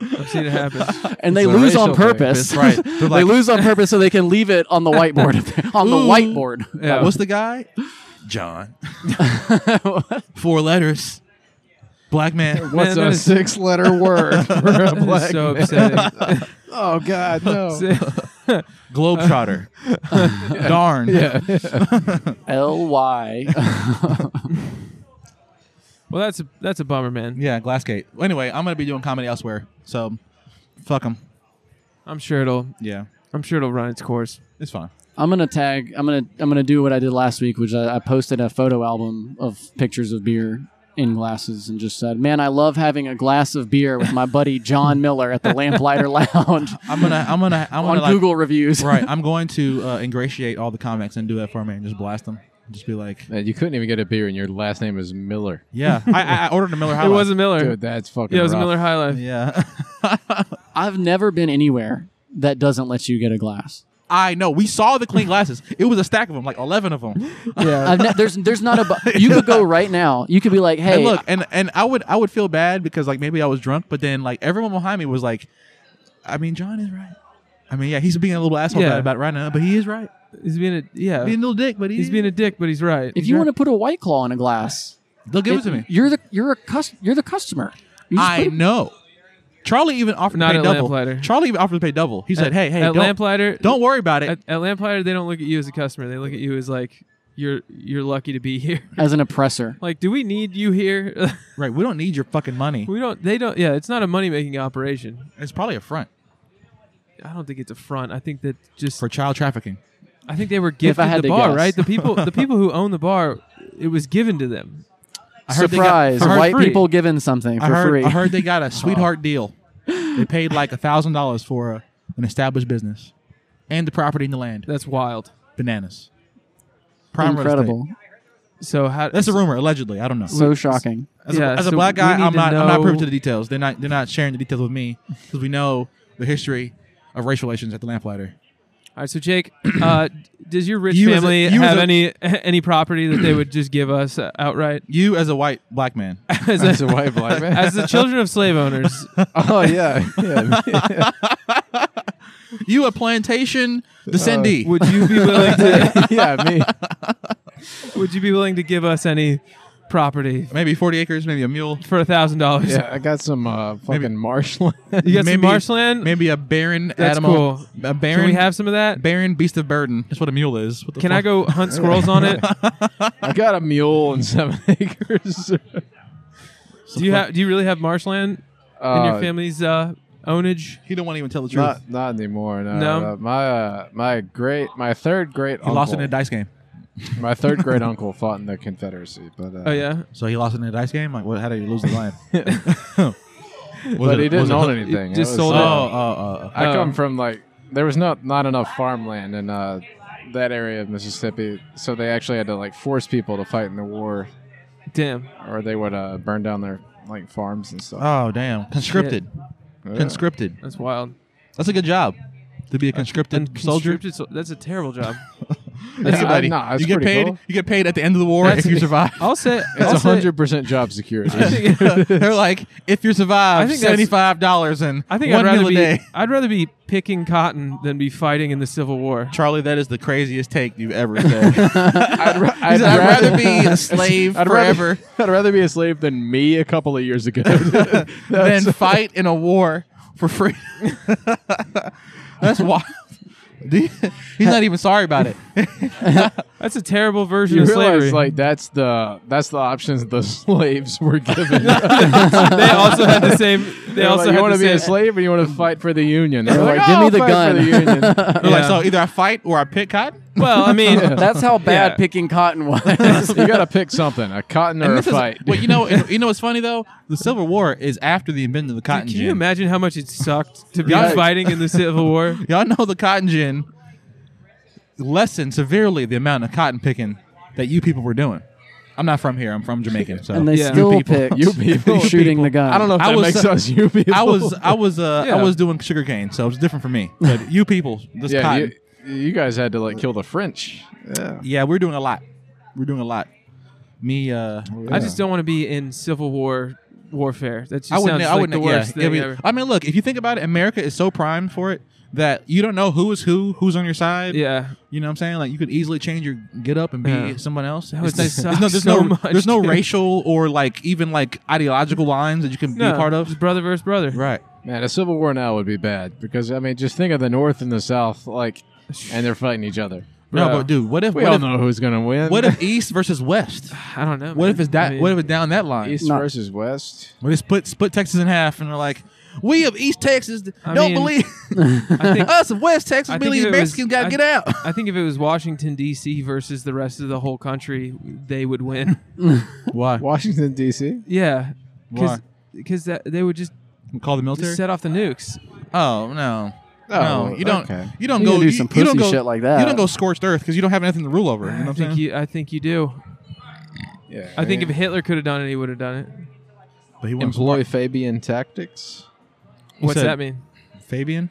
S7: I've seen it happen.
S2: And they
S9: It's a
S2: lose on
S9: racial thing.
S2: purpose.
S6: That's right. They're
S2: they
S6: like-
S2: lose on purpose so they can leave it on the whiteboard. up there- on the
S6: Ooh.
S2: whiteboard.
S7: Yeah.
S6: What's the guy? John. Four letters. Black man.
S9: What's
S7: Man, that
S9: a
S7: is-
S9: six-letter word for a
S7: That is
S9: black
S7: so
S9: man?
S7: upsetting.
S9: Oh God, no!
S6: Globetrotter. Darn.
S9: yeah,
S2: L Y.
S7: well, that's a that's a bummer, man.
S6: Yeah, Glassgate. Anyway, I'm gonna be doing comedy elsewhere. So, fuck them.
S7: I'm sure it'll
S6: Yeah,
S7: I'm sure it'll run its course.
S6: it's fine.
S2: I'm gonna tag. I'm gonna. I'm gonna do what I did last week, which I, I posted a photo album of pictures of beer in glasses and just said, "Man, I love having a glass of beer with my buddy John Miller at the Lamplighter Lounge
S6: I'm gonna. I'm gonna. I'm
S2: on
S6: gonna like,
S2: Google reviews."
S6: right. I'm going to uh, ingratiate all the comics and do that for me and just blast them. Just be like,
S9: Man, you couldn't even get a beer, and your last name is Miller.
S6: yeah, I- I, I ordered a Miller High
S7: It
S6: Life.
S7: wasn't Miller.
S9: Dude, that's fucking.
S7: yeah, it was
S9: rough.
S7: Miller High Life.
S6: Yeah,
S2: I've never been anywhere that doesn't let you get a glass.
S6: I know. We saw the clean glasses. It was a stack of them, like eleven of them.
S2: I've ne- there's there's not a bu- you could go right now. You could be like, "Hey,
S6: and look, and and I would I would feel bad because like maybe I was drunk, but then like everyone behind me was like, I mean, John is right. I mean, yeah, he's being a little asshole
S7: Yeah.
S6: about- about it right now, but he is right.
S7: He's being a yeah.
S6: Being a little dick, but he
S7: he's
S6: is.
S7: being a dick, but he's right.
S2: If you want to put a white claw in a glass,
S6: They'll give it, to me.
S2: You're the you're a cus- you're the customer. You just
S6: I
S2: put it-
S6: know. Charlie even offered
S7: Not
S6: to pay
S7: at
S6: double.
S7: Lamplighter.
S6: Charlie even offered to pay double. He said, "Hey, hey,
S7: at
S6: don't,
S7: Lamplighter,
S6: don't worry about it."
S7: At, at Lamplighter, they don't look at you as a customer. They look at you as like you're you're lucky to be here.
S2: as an oppressor.
S7: like, do we need you here?
S6: right? We don't need your fucking money.
S7: we don't. They don't. Yeah, it's not a money making operation.
S6: It's probably a front
S7: I don't think it's a front. I think that just
S6: for child trafficking.
S7: I think they were gifted
S2: I had
S7: the
S2: to
S7: bar,
S2: guess.
S7: right? The people the people who own the bar, it was given to them.
S6: I heard they got-
S2: Surprise!
S6: I heard
S2: White
S6: free.
S2: people given something for
S6: I heard,
S2: free.
S6: I heard they got a sweetheart deal. They paid like a thousand dollars for a, an established business, and the property and the land.
S7: That's wild.
S6: Bananas. Prime real estate.
S2: Incredible.
S7: So how
S6: That's a rumor, allegedly. I don't know.
S2: So shocking.
S6: As,
S7: Yeah,
S6: a, as a
S7: so
S6: black
S7: we
S6: guy,
S7: need
S6: I'm
S7: to
S6: not. I'm not privy
S7: know-
S6: to the details. They're not. They're not sharing the details with me because we know the history of race relations at the Lamplighter.
S7: All right, so Jake, uh, does your rich
S6: You as a-
S7: family
S6: you as
S7: have
S6: a-
S7: any any property that they would just give us uh, outright
S6: You, as a white black man,
S7: as
S9: As a
S7: a,
S9: white black man.
S7: as the children of slave owners?
S9: oh yeah, yeah.
S6: you a plantation descendee.
S7: Uh, Would you be willing to
S9: yeah, me.
S7: Would you be willing to give us any property
S6: maybe 40 acres, maybe a mule,
S7: for a thousand dollars?
S9: Yeah, I got some uh, fucking marshland.
S7: You got some
S6: Maybe-
S7: marshland.
S6: maybe a barren
S7: That's
S6: animal,
S7: cool.
S6: a barren,
S7: Can we have some of that?
S6: barren beast of burden. That's what a mule is. What the
S7: Can I
S6: fuck?
S7: go hunt squirrels on it?
S9: I got a mule and seven acres.
S7: Do you have? Do you really have marshland in your
S9: Uh,
S7: family's uh, ownage?
S6: He don't want to even tell the truth.
S9: Not not anymore. No,
S7: No?
S9: no. my uh, my great my third great
S6: he
S9: uncle,
S6: lost it in a dice game.
S9: my third great uncle fought in the Confederacy, but uh,
S7: Oh yeah.
S6: So he lost it in a dice game. Like, what? How did you lose the lion?
S9: but he didn't own
S6: it.
S9: anything.
S7: Just
S9: It was,
S7: sold
S6: Oh,
S9: uh,
S7: it.
S6: oh, oh, oh.
S9: I
S7: Oh.
S9: come from like there was not not enough farmland in uh, that area of Mississippi, so they actually had to like force people to fight in the war,
S7: Damn.
S9: or they would uh, burn down their like farms and stuff.
S6: Oh, damn. Conscripted.
S9: Yeah.
S6: Conscripted.
S7: That's wild.
S6: That's a good job. To
S7: Uh,
S6: be a conscripted soldier.
S7: Conscripted sol- That's a terrible job.
S9: That's
S6: You
S9: uh,
S6: get paid-
S9: nah, that's
S6: you get
S9: pretty
S6: paid.
S9: cool.
S6: You get paid at the end of the war
S7: That's-
S6: if you survive.
S7: I'll say. I'll
S9: It's
S7: say-
S9: hundred percent job
S7: I
S9: security.
S7: think,
S6: They're like, if you survive,
S7: I think that's-
S6: seventy five dollars and
S7: I think I'd
S6: one
S7: rather be.
S6: meal a day.
S7: I'd rather be picking cotton than be fighting in the Civil War.
S6: Charlie, that is the craziest take you've ever said.
S9: I'd, ra-
S6: I'd rather be a slave
S9: I'd
S6: forever
S9: Rather, I'd rather be a slave than me a couple of years ago. That's-
S6: than fight in a war for free. That's wild. He's not even sorry about it.
S7: That's a terrible version
S9: you
S7: of
S9: realize
S7: slavery.
S9: like that's the that's the options the slaves were given. they
S7: they also had the same. They also
S9: you
S7: had
S9: want
S7: the
S9: to be
S7: same.
S9: a slave or you want to fight for the union? They're
S2: like,
S9: like, "Oh,
S2: "Give me
S9: "I'll
S2: the
S9: fight for
S2: gun."
S9: the union.
S6: They're like,
S7: Yeah.
S6: so either I fight or I pick cotton.
S7: Well, I mean,
S2: That's how bad
S7: Yeah.
S2: picking cotton was.
S9: you got to pick something, a cotton or a
S6: this is-
S9: fight.
S6: But you know, you know what's funny though? The Civil War is after the invention of the cotton
S7: can
S6: gin.
S7: you imagine how much it sucked to be
S6: Right.
S7: fighting in the Civil War?
S6: Y'all know the cotton gin lessened severely the amount of cotton picking that you people were doing. I'm not from here. I'm from Jamaica. So
S2: and they
S7: Yeah.
S2: still
S6: You people.
S2: picked
S9: You people.
S2: shooting the gun.
S9: I don't know if
S6: I
S9: that
S6: was- uh,
S9: makes us you people.
S6: I was I was uh,
S7: Yeah.
S6: I was doing sugarcane, so it was different for me. But you people, this
S9: yeah.
S6: cotton,
S9: You, you guys had to like kill the French. Yeah.
S6: yeah, we're doing a lot. We're doing a lot. Me, uh,
S7: I just don't want to be in Civil War warfare. That just
S6: I wouldn't.
S7: sounds
S6: I
S7: like
S6: wouldn't.
S7: the worst
S6: yeah,
S7: thing
S6: I mean,
S7: ever.
S6: I mean, look, if you think about it, America is so primed for it that you don't know who is who, who's on your side.
S7: yeah,
S6: You know what I'm saying? Like you could easily change your get up and be
S7: Yeah.
S6: someone else.
S7: That would
S6: It's not-
S7: suck
S6: there's no, there's
S7: so
S6: no,
S7: much,
S6: There's no
S7: dude.
S6: racial or like even like ideological lines that you can
S7: no,
S6: be part
S7: it's
S6: of.
S7: brother versus brother.
S6: Right.
S9: Man, a civil war now would be bad because I mean, just think of the North and the South, like, and they're fighting each other.
S6: No,
S7: Bro.
S6: but dude, what if
S9: We
S6: what
S9: all
S6: if,
S9: know who's gonna win.
S6: what if East versus West?
S7: I don't know.
S6: What
S7: man.
S6: if it's that?
S7: I mean,
S6: what if it's down that line?
S9: East
S2: Not-
S9: versus West?
S6: What if split split Texas in half and they're like, we of East Texas d-
S7: I
S6: don't
S7: mean,
S6: believe
S7: I think,
S6: us of West Texas
S7: I think
S6: believe
S7: if it
S6: the
S7: was-
S6: Mexicans got
S7: I-
S6: to get out.
S7: I think if it was Washington D.C. versus the rest of the whole country, they would win.
S6: Why?
S9: Washington D.C.
S7: Yeah,
S6: Why?
S7: because that they would just
S6: Call the military?
S7: set off the nukes.
S6: Oh no.
S9: Oh,
S6: no, you don't.
S9: okay.
S6: You don't
S2: You
S6: go
S2: can do some
S6: you, you don't
S2: pussy
S6: go,
S2: shit like that.
S6: You don't go scorched earth because you don't have nothing to rule over. You know what
S7: I
S6: I'm saying?
S7: think you. I think you do.
S9: Yeah,
S7: I think if Hitler could have done it, he would have done it.
S6: but he wants
S9: employ Fabian tactics,
S7: What's
S6: said-
S7: that mean?
S6: Fabian.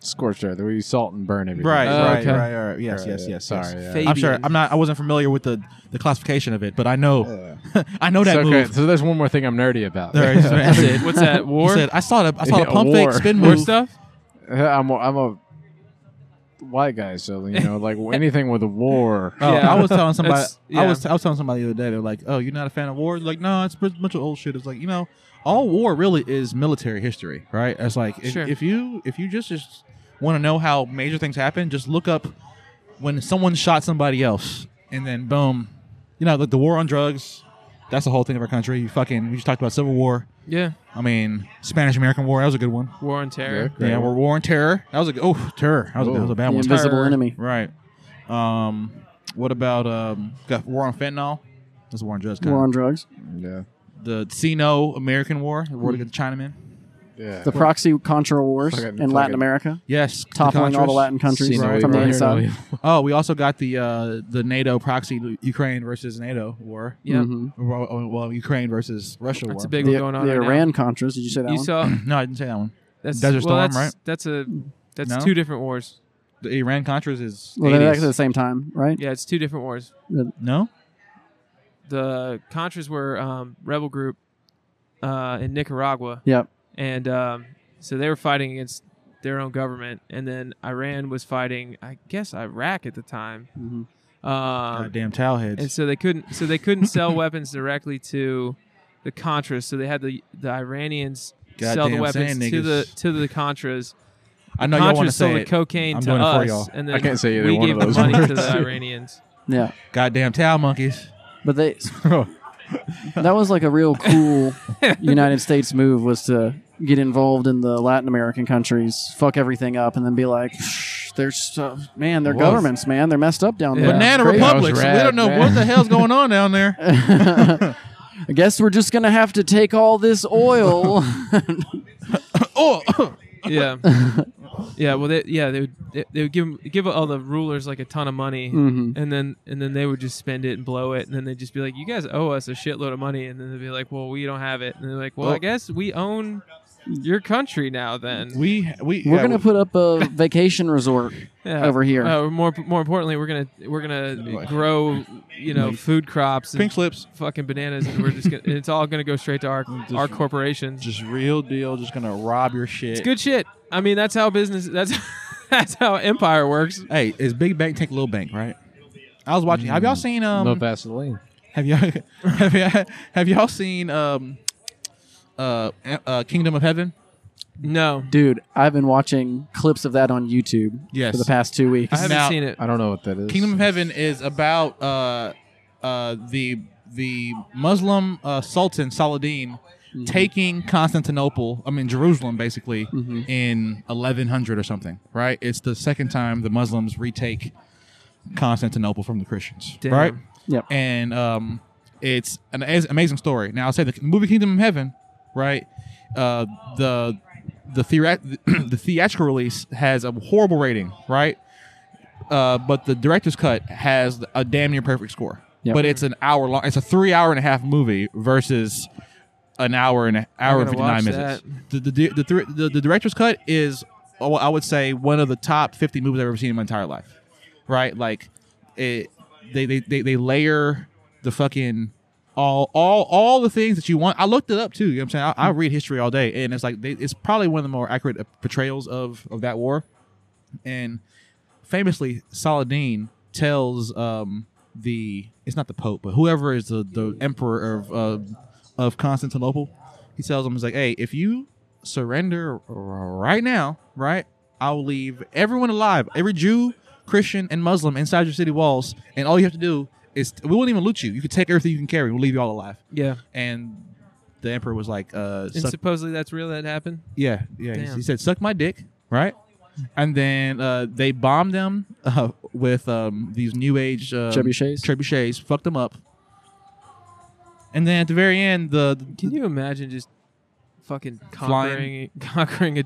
S9: scorched earth, where you salt and burn everything.
S6: Right,
S7: Oh,
S6: right,
S7: okay.
S6: right, right, right. Yes,
S9: Right,
S6: yes,
S9: yeah.
S6: yes.
S9: Sorry,
S6: yes.
S9: yeah.
S6: I'm sure. I'm not. I wasn't familiar with the, the classification of it, but I know. I know that
S9: So, okay,
S6: move.
S9: so there's one more thing I'm nerdy about.
S6: There is- that's it.
S7: What's that?
S6: He
S7: War?
S6: said, I saw a, I saw
S9: Yeah,
S6: a pump
S9: war.
S6: fake spin
S7: War
S6: move.
S7: stuff?
S9: I'm a, I'm a white guys, so you know, like anything with a war.
S6: Oh,
S7: Yeah.
S6: I was telling somebody.
S7: It's-
S6: I
S7: yeah.
S6: was I was telling somebody the other day. They're like, "Oh, you're not a fan of war?" Like, no, it's a bunch of old shit. It's like you know, all war really is military history, right? It's like if,
S7: Sure.
S6: if you if you just just want to know how major things happen, just look up when someone shot somebody else, and then boom, you know, like the war on drugs. That's the whole thing of our country. You fucking we just talked about Civil War.
S7: Yeah.
S6: I mean, Spanish American War. That was a good one.
S7: War on Terror.
S9: Great
S6: yeah,
S9: one.
S6: war, war on terror. That was a good- oh terror. That was, a, that was a bad
S2: The
S6: one.
S2: invisible
S7: Terror.
S2: enemy.
S6: Right. Um, what about um, got war on fentanyl? That's war on drugs. kinda.
S2: War on drugs.
S9: Yeah,
S6: the Sino American War, the war against Chinamen.
S9: yeah.
S2: The proxy Contra wars
S9: Fucking-
S2: in Latin
S9: fucking-
S2: America,
S6: Yes, the
S2: toppling all the
S6: Contras.
S2: Latin countries
S9: Sino
S2: from the
S9: America.
S2: inside.
S6: Oh, we also got the uh, the NATO proxy Ukraine versus NATO war.
S7: Yeah.
S2: Mhm.
S6: Well, oh, well, Ukraine versus Russia
S7: That's
S6: war.
S7: a big
S2: The,
S7: one going on
S2: the
S7: right now.
S2: Iran Contras. Did you say that
S7: You
S2: one?
S7: saw
S6: no, I didn't say that one.
S7: that's
S6: Desert
S7: well,
S6: Storm,
S7: that's,
S6: right?
S7: That's a that's
S6: No?
S7: two different wars.
S6: The Iran Contras is
S2: well, they're
S6: 80s.
S2: actually at the same time, right?
S7: Yeah, it's two different wars.
S6: no.
S7: The Contras were um, rebel group uh, in Nicaragua,
S2: Yep.
S7: and um, so they were fighting against their own government, and then Iran was fighting, I guess, Iraq at the time.
S2: Mhm.
S7: Um,
S6: Goddamn towelheads.
S7: and so they couldn't so they couldn't sell weapons directly to the contras so they had the the iranians sell the
S6: Goddamn
S7: weapons
S6: sand
S7: to
S6: niggas.
S7: the to the contras
S6: I know y'all want
S7: contras
S6: to
S7: sold
S6: say
S7: the
S6: it.
S7: cocaine
S6: I'm
S7: to
S6: doing it for
S7: us
S6: y'all.
S7: and then
S9: I can't say either
S7: we
S9: one
S7: gave
S9: of
S7: the
S9: those
S7: money to
S9: words.
S7: the iranians
S2: Yeah.
S6: Goddamn towel monkeys.
S2: But they that was like a real cool United States move was to get involved in the Latin American countries, fuck everything up, and then be like, "Shh, "There's uh, man, their
S9: Whoa.
S2: governments, man, they're messed up down
S7: Yeah.
S2: there."
S6: Banana
S9: Crazy. That
S6: Republic.
S9: was
S6: So we
S9: rad,
S6: don't know
S9: man.
S6: what the hell's going on down there.
S2: I guess we're just gonna have to take all this oil.
S6: oh,
S7: yeah yeah well they yeah they would they, they would give 'em- give all the rulers like a ton of money
S2: hmm
S7: and then and then they would just spend it and blow it and then they'd just be like you guys owe us a shitload of money and then they'd be like well we don't have it and they're like well i
S6: Well-
S7: guess we own your country now then
S6: we we
S2: We're
S6: yeah,
S2: gonna put up a vacation resort
S7: yeah.
S2: over here.
S7: Uh, more more importantly, we're gonna we're gonna
S6: Like-
S7: grow you know food crops and
S6: pink slips.
S7: fucking bananas, and we're just gonna, it's all gonna go straight to our our corporations.
S6: Just real deal. Just gonna rob your shit.
S7: It's good shit. I mean, that's how business. That's that's how empire works.
S6: Hey, is big bank take little bank right? I was watching. Have y'all seen um?
S9: no Vaseline.
S6: Have y'all have y'all have y'all seen um? Uh, uh, Kingdom of Heaven.
S7: No,
S2: Dude, I've been watching clips of that on YouTube
S6: Yes.
S2: for the past two weeks.
S7: I haven't
S6: Now-
S7: seen it.
S9: I don't know what that is.
S6: Kingdom of Heaven is about uh, uh, the the Muslim uh, Sultan Saladin taking Constantinople, I mean Jerusalem, basically in 1100 or something. Right? It's the second time the Muslims retake Constantinople from the Christians.
S7: Damn.
S6: Right?
S2: Yep.
S6: And um, it's an az- amazing story. Now I'll say the movie Kingdom of Heaven, right? Uh, the the, theoret- the theatrical release has a horrible rating, right? uh, but the director's cut has a damn near perfect score.
S2: Yep.
S6: But it's an hour long. It's a three hour and a half movie versus an hour and a hour
S7: gonna
S6: and fifty nine
S7: watch
S6: minutes. The the the, the, thr- the the director's cut is oh, I would say one of the top fifty movies I've ever seen in my entire life. Right? Like it. They they they, they layer the fucking. All, all, all the things that you want. I looked it up too. You know what I'm saying? I, I read history all day, and it's like they, it's probably one of the more accurate uh, portrayals of of that war. And famously Saladin tells um, the it's not the Pope, but whoever is the, the emperor of uh, of Constantinople, he tells him he's like, hey, if you surrender r- right now, right, I'll leave everyone alive, every Jew, Christian, and Muslim inside your city walls, and all you have to do is we won't even loot you. You can take everything you can carry. We'll leave you all alive.
S7: Yeah,
S6: And the emperor was like, uh,
S7: and
S6: suck-
S7: supposedly that's real. That happened.
S6: yeah, yeah. He,
S7: Damn.
S6: he said, "Suck my dick," right? And then uh, they bombed them uh, with um, these new age uh,
S2: Trebuchets?
S6: Trebuchets fucked them up. And then at the very end, the,
S7: Can you imagine just fucking conquering
S6: Flying.
S7: conquering a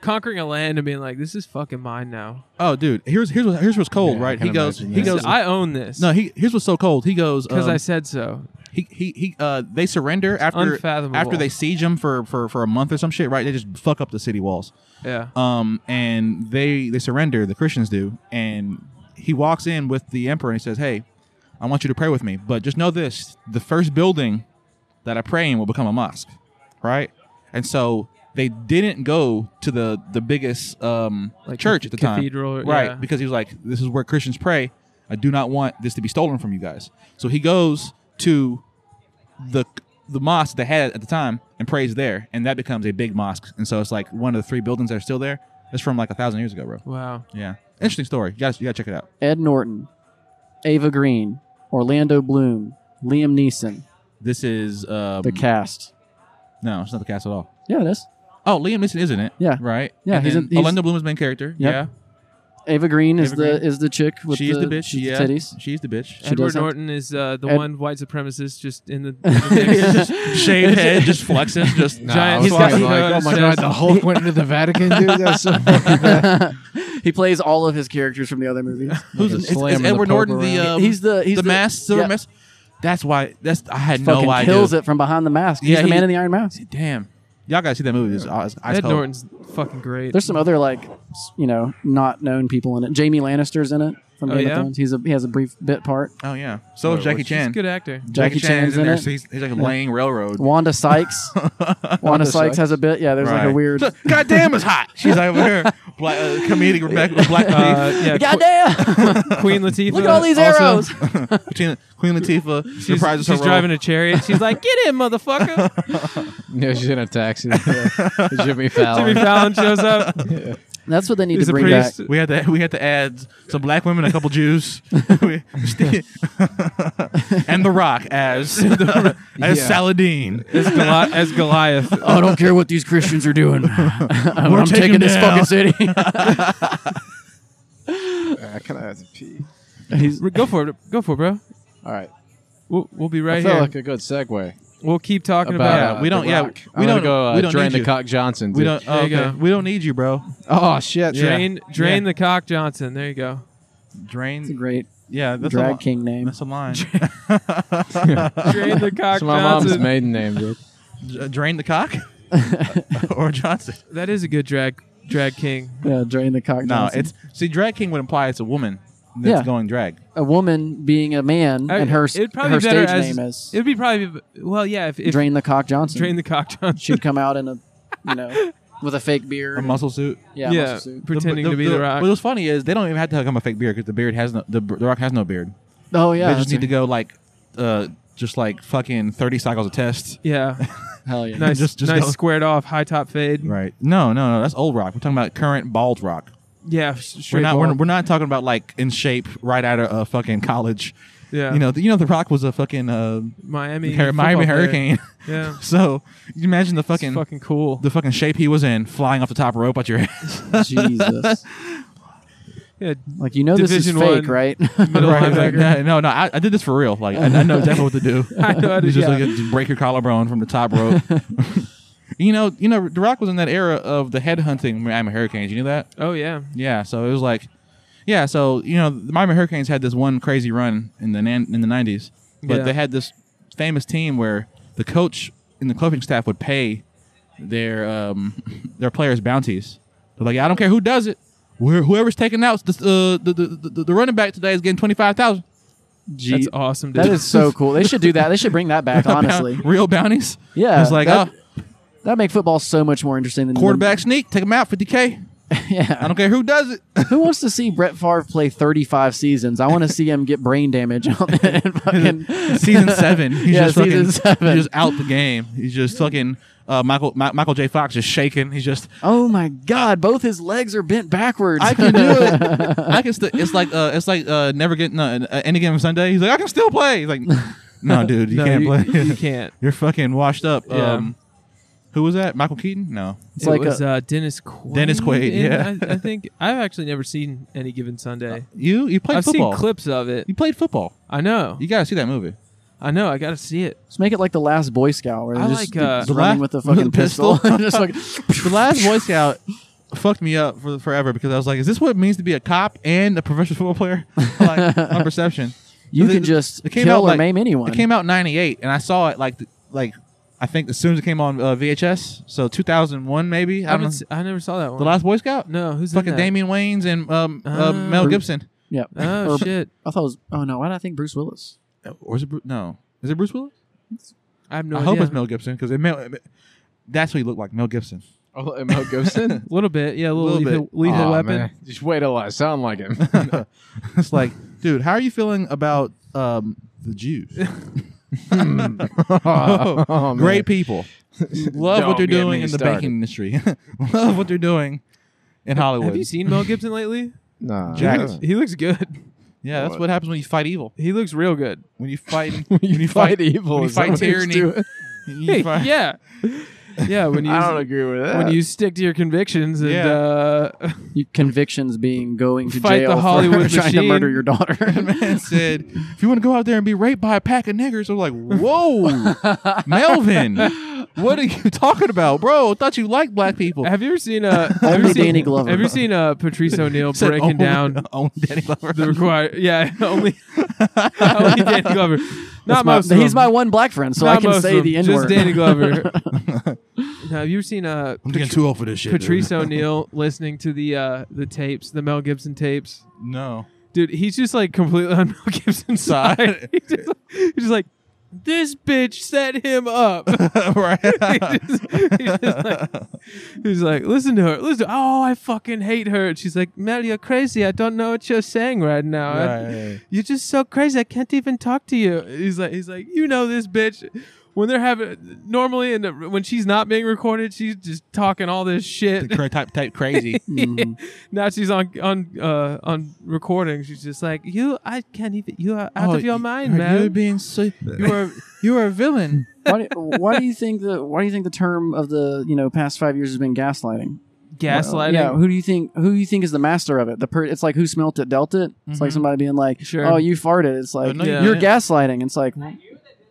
S7: conquering a land and being like, this is fucking mine now.
S6: oh dude, here's here's what, here's what's cold,
S9: Yeah, I
S6: right?
S9: can
S6: He goes,
S9: imagine
S6: he
S7: This
S6: goes,
S7: is- I own this.
S6: no, he here's what's so cold. He goes,
S7: because
S6: um,
S7: I said so.
S6: he he, he uh, they surrender after
S7: unfathomable.
S6: after they siege him for, for for a month or some shit, right? They just fuck up the city walls.
S7: Yeah.
S6: um, and they they surrender. The Christians do, and he walks in with the emperor and he says, "Hey, I want you to pray with me, but just know this: the first building that I pray in will become a mosque, right?" And so they didn't go to the the biggest um,
S7: Like
S6: church at the
S7: cathedral,
S6: time, right?
S7: yeah.
S6: Because he was like, "This is where Christians pray. I do not want this to be stolen from you guys." So he goes to the the mosque they had at the time and prays there, and that becomes a big mosque. And so it's like one of the three buildings that are still there. It's from like a thousand years ago, bro.
S7: Wow.
S6: Yeah, interesting story. You guys, you gotta check it out.
S2: Ed Norton, Ava Green, Orlando Bloom, Liam Neeson,
S6: This is um,
S2: the cast.
S6: No, it's not the cast at all.
S2: Yeah, it is.
S6: Oh, Liam Neeson, isn't it?
S2: Yeah.
S6: Right.
S2: Yeah,
S6: And
S2: he's
S6: then
S2: in- he's-
S6: Orlando Bloom's main character.
S2: Yep.
S6: Yeah.
S2: Ava Green is
S6: Ava
S2: the
S6: Green.
S2: is the chick with
S6: she's the,
S2: the,
S6: bitch.
S2: she's
S6: yeah.
S2: the titties.
S6: She's the bitch.
S2: She
S7: Edward
S2: does have-
S7: Norton is uh, the
S2: Ed-
S7: one white supremacist just in the, in the mix.
S6: Shaved head, just flexing, just
S9: Nah,
S7: Giant
S9: I was
S7: he's got
S9: watching,
S7: like-
S9: like, oh my
S7: says-
S9: god, the Hulk went into the Vatican, dude. That's so fucking
S2: he plays all of his characters from the other movies.
S6: Who's is, is
S9: slamming the
S6: Edward
S9: Pope
S6: Norton the
S9: around.
S6: um,
S2: he's the he's
S6: the, mask silver
S2: yeah.
S6: mask? That's why. That's I had
S2: Fucking
S6: no idea.
S2: kills it from behind the mask. He's
S6: Yeah,
S2: the man
S6: he-
S2: in the iron mask.
S6: Damn. Y'all gotta see that movie. It's, it's ice
S7: Ed
S6: cold.
S7: Norton's fucking great.
S2: There's some other like s- you know not known people in it. Jamie Lannister's in it from
S7: Oh,
S2: Game
S7: yeah?
S2: of Thrones. He's a he has a brief bit part.
S6: Oh yeah. So is
S9: Wait,
S6: Jackie
S9: what's-
S7: He's a
S6: Chan.
S7: good actor.
S6: Jackie, Chan's in there. So
S2: it.
S6: he's, he's like a laying railroad.
S2: Wanda Sykes. Wanda
S9: Wanda
S2: Sykes
S9: Sykes.
S2: has a bit. Yeah, there's like a
S6: Right.
S2: weird.
S6: God damn, it's hot. She's like over here, black, uh, comedic Rebecca, black
S7: Uh, yeah,
S2: Goddamn!
S7: Qu- Queen Latifah.
S2: Look at all these
S7: also-
S2: arrows.
S6: Queen, Queen Latifah
S7: She's,
S6: reprises her
S7: she's
S6: role.
S7: driving a chariot. She's like, "Get in, motherfucker!"
S9: Yeah, she's in a taxi. Oh, Yeah. Jimmy Fallon.
S7: Jimmy Fallon shows up.
S2: That's what they need
S7: He's
S2: to
S7: a
S2: bring
S7: priest.
S2: back.
S6: we had to we had to add some black women, a couple Jews, We- and The Rock as as
S9: Yeah.
S6: Saladin.
S7: as, Goli- as Goliath.
S2: Oh, I don't care what these Christians are doing. I'm
S6: taking
S2: taking this
S6: down.
S2: fucking city.
S9: I kind of have to pee.
S7: Go for it. Go for it, bro.
S9: All right.
S7: We'll, we'll be
S9: I
S7: right
S9: felt
S7: here.
S9: like a good segue
S7: we'll keep talking about.
S9: about.
S6: Yeah,
S9: uh,
S6: we don't-
S9: The
S6: yeah,
S9: Rock.
S6: we
S9: I'm gonna
S6: don't-
S9: go. Uh,
S6: we don't
S9: drain
S6: need
S9: the
S6: you.
S9: cock Johnson.
S6: We
S9: dude.
S6: don't
S7: There you
S6: okay.
S7: go.
S6: We don't need you, bro.
S9: Oh shit.
S6: Yeah.
S7: Drain, drain
S6: Yeah.
S7: the cock, Johnson. There you go.
S2: It's a
S6: Drain.
S2: great
S6: Yeah, that's a
S2: drag
S6: li-
S2: king name.
S6: That's a line.
S7: Drain the cock,
S9: It's my
S7: Johnson.
S9: mom's maiden name, dude.
S6: J- Drain the cock or Johnson.
S7: That is a good drag drag king.
S2: Yeah, drain the cock.
S6: No,
S2: Johnson.
S6: it's see, drag king would imply it's a woman that's
S2: Yeah.
S6: going drag.
S2: a woman being a man,
S7: I-
S2: and her
S7: it'd probably
S2: her
S7: be better
S2: stage
S7: as-
S2: name is
S7: It'd be probably well, yeah. If, if drain,
S2: Drain the Cock Johnson.
S7: the cock, Johnson.
S2: She'd come out in a you know with a fake beard.
S6: A muscle suit.
S2: yeah,
S7: yeah,
S2: muscle suit.
S7: pretending to be the, rock.
S6: What was funny is they don't even have to come a fake beard because the beard has no the, the rock has no beard.
S2: Oh yeah,
S6: they just
S2: that's
S6: need to
S2: right.
S6: go like uh just like fucking 30 cycles of test
S7: yeah,
S2: Hell yeah.
S7: nice,
S6: Just- just
S7: nice
S6: go.
S7: squared off, high top fade.
S6: right no no no that's old rock we're talking about current bald rock
S7: Yeah, s- straight
S6: we're not we're,
S7: bald.
S6: we're not talking about like in shape right out of uh, fucking college
S7: yeah,
S6: you know the, you know the rock was a fucking uh
S7: Miami,
S6: Har- miami
S7: football player.
S6: hurricane
S7: Yeah,
S6: so you imagine the
S7: fucking,
S6: fucking
S7: fucking cool.
S6: the fucking shape he was in flying off the top rope at your ass
S2: Jesus.
S7: yeah,
S2: Like you know
S7: Division
S2: this is fake,
S7: one.
S2: right?
S7: middle
S6: Right, like,
S7: linebacker.
S6: no no no, I, I did this for real like i, I know exactly what to do
S7: I know how to-
S6: You just,
S7: yeah.
S6: like, just break your collarbone from the top rope you know you know the rock was in that era of the headhunting miami hurricanes you knew that
S7: Oh yeah,
S6: Yeah, so it was like, yeah, so you know, the Miami Hurricanes had this one crazy run in the nan- in the nineties, but
S7: Yeah.
S6: they had this famous team where the coach and the coaching staff would pay their um, their players bounties. They're like, I don't care who does it, Where, whoever's taking out this, uh, the, the, the the running back today is getting twenty five thousand.
S7: that's awesome. Dude.
S2: That is so cool. They should do that. They should bring that back. Honestly,
S6: real bounties.
S2: yeah.
S6: it's like
S2: that,
S6: oh,
S2: that make football so much more interesting than
S6: quarterback sneak, take him out fifty k. I
S2: yeah.
S6: don't care who does it.
S2: Who wants to see Brett Favre play 35 seasons? I want to see him get brain damage on and fucking
S6: season seven. He's
S2: Yeah,
S6: just
S2: season
S6: fucking,
S2: seven.
S6: He's just out the game. He's just fucking uh, Michael Mi- Michael J. Fox just shaking. He's just
S2: Oh my God! Both his legs are bent backwards.
S6: I can do it. I can. St- it's like uh, it's like uh, never getting uh, uh, any game of Sunday. He's like I can still play. He's like no, dude, you
S7: no,
S6: can't
S7: you,
S6: play.
S7: you can't.
S6: You're fucking washed up.
S7: Yeah.
S6: Um, who was that? Michael Keaton? No.
S2: It's
S7: it
S2: like
S7: was
S2: a,
S7: uh, Dennis Quaid.
S6: Dennis Quaid,
S7: in-
S6: yeah.
S7: I, I think I've actually never seen any given Sunday.
S6: You you played
S7: I've
S6: football.
S7: seen clips of it.
S6: you played football.
S7: I know.
S6: You gotta see that movie.
S7: I know. I got to see it.
S2: let's make it like the Last Boy Scout, where
S7: I
S2: they're just,
S7: like, uh,
S2: just
S6: The
S2: running
S6: la-
S2: with a fucking
S6: with a
S2: pistol.
S6: pistol.
S2: just like,
S6: The last Boy Scout fucked me up for forever because I was like, is this what it means to be a cop and a professional football player? like on perception.
S2: you
S6: It-
S2: can
S6: it-
S2: just
S6: it came
S2: kill
S6: out
S2: or
S6: like-
S2: maim anyone.
S6: It came out in '98, and I saw it like th- like I think as soon as it came on uh, VHS, so 2001 maybe.
S7: I,
S6: I don't
S7: haven't
S6: know.
S7: se- I never saw that one.
S6: the Last Boy Scout,
S7: no, who's in
S6: fucking
S7: that?
S6: Damien Wayans and um,
S7: Ah.
S6: uh, Mel
S2: Bruce-
S6: Gibson,
S2: yeah.
S7: Oh
S2: Or-
S7: shit!
S2: I thought it was. Oh no! Why did I think Bruce Willis?
S6: or is it Bru- no? Is it Bruce Willis?
S7: I have no
S6: I
S7: idea.
S6: hope it's Mel Gibson because Mel. That's what he looked like, Mel Gibson.
S9: Oh, am I Gibson?
S7: A little bit, yeah, a little,
S6: Little
S7: lethal, lethal
S9: Aw,
S7: weapon.
S9: man. Just wait till I sound like him.
S6: it's like, dude, how are you feeling about um, the Jews?
S9: oh, man.
S6: Great people. Love what
S9: Don't
S6: they're
S9: get
S6: doing
S9: me
S6: in the
S9: started.
S6: banking industry. Love what they're doing in Hollywood.
S7: Have you seen Mel Gibson lately?
S9: Nah,
S7: He
S6: Jack-
S7: looks, he looks good.
S6: yeah, that's what happens when you fight evil.
S7: He looks real good.
S6: When you fight,
S9: you
S6: when you
S9: fight,
S6: fight,
S9: evil.
S6: when you
S9: is that
S6: fight
S9: what he's
S6: tyranny.
S9: doing?
S6: you
S7: Hey,
S6: fight-
S7: yeah, yeah. When you
S9: I don't agree with that.
S7: when you stick to your convictions and
S6: Yeah.
S7: uh,
S2: You- convictions being going to
S7: Fight
S2: jail
S7: the
S2: for
S7: Hollywood
S2: trying to
S7: machine.
S2: murder your daughter.
S6: man said, if you want to go out there and be raped by a pack of niggers, I'm like, whoa, Melvin, what are you talking about, bro? I thought you liked black people.
S7: have you ever seen uh, have you
S2: Only
S7: ever seen-
S2: Danny Glover.
S7: Have you ever seen uh, Patrice O'Neill
S6: Said
S7: breaking
S6: only-
S7: down
S6: only Danny Glover.
S7: the required? Yeah, only only Danny Glover. Not
S2: That's my-
S7: most. of
S2: he's
S7: them.
S2: my one black friend, so
S7: Not
S2: I can
S7: most
S2: say
S7: of them,
S2: the N
S7: Just
S2: word.
S7: Danny Glover. now, have you ever seen uh,
S6: I'm
S7: Patri-
S6: getting too old for this shit. dude.
S7: Patrice O'Neill listening to the uh, the tapes, the Mel Gibson tapes?
S6: No.
S7: Dude, he's just like completely on Mel Gibson's side. he's, just like, he's just like, this bitch set him up. He
S6: right.
S7: just- he's, just like, he's like, listen to her. Listen. To, oh, I fucking hate her. And she's like, Mel, you're crazy. I don't know what you're saying right now. I-
S6: Right.
S7: you're just so crazy. I can't even talk to you. He's like, he's like, you know this bitch. When they're having normally, and when she's not being recorded, she's just talking all this shit.
S6: Cra- type, type crazy. Mm-hmm.
S7: now she's on on uh, on recording. She's just like, you. I can't even. You are out
S6: Oh,
S7: of your
S6: y-
S7: mind,
S6: are
S7: man.
S6: You being so. You are. You are a villain.
S2: why, do, why do you think the Why do you think the term of the you know past five years has been gaslighting?
S7: Gaslighting.
S2: Yeah, who do you think who do you think is the master of it? The per- it's like who smelt it, dealt it. It's like somebody being like,
S7: Sure.
S2: "Oh, you farted." It's like
S6: no,
S7: Mm-hmm. you
S2: you're
S6: didn't.
S2: gaslighting. It's like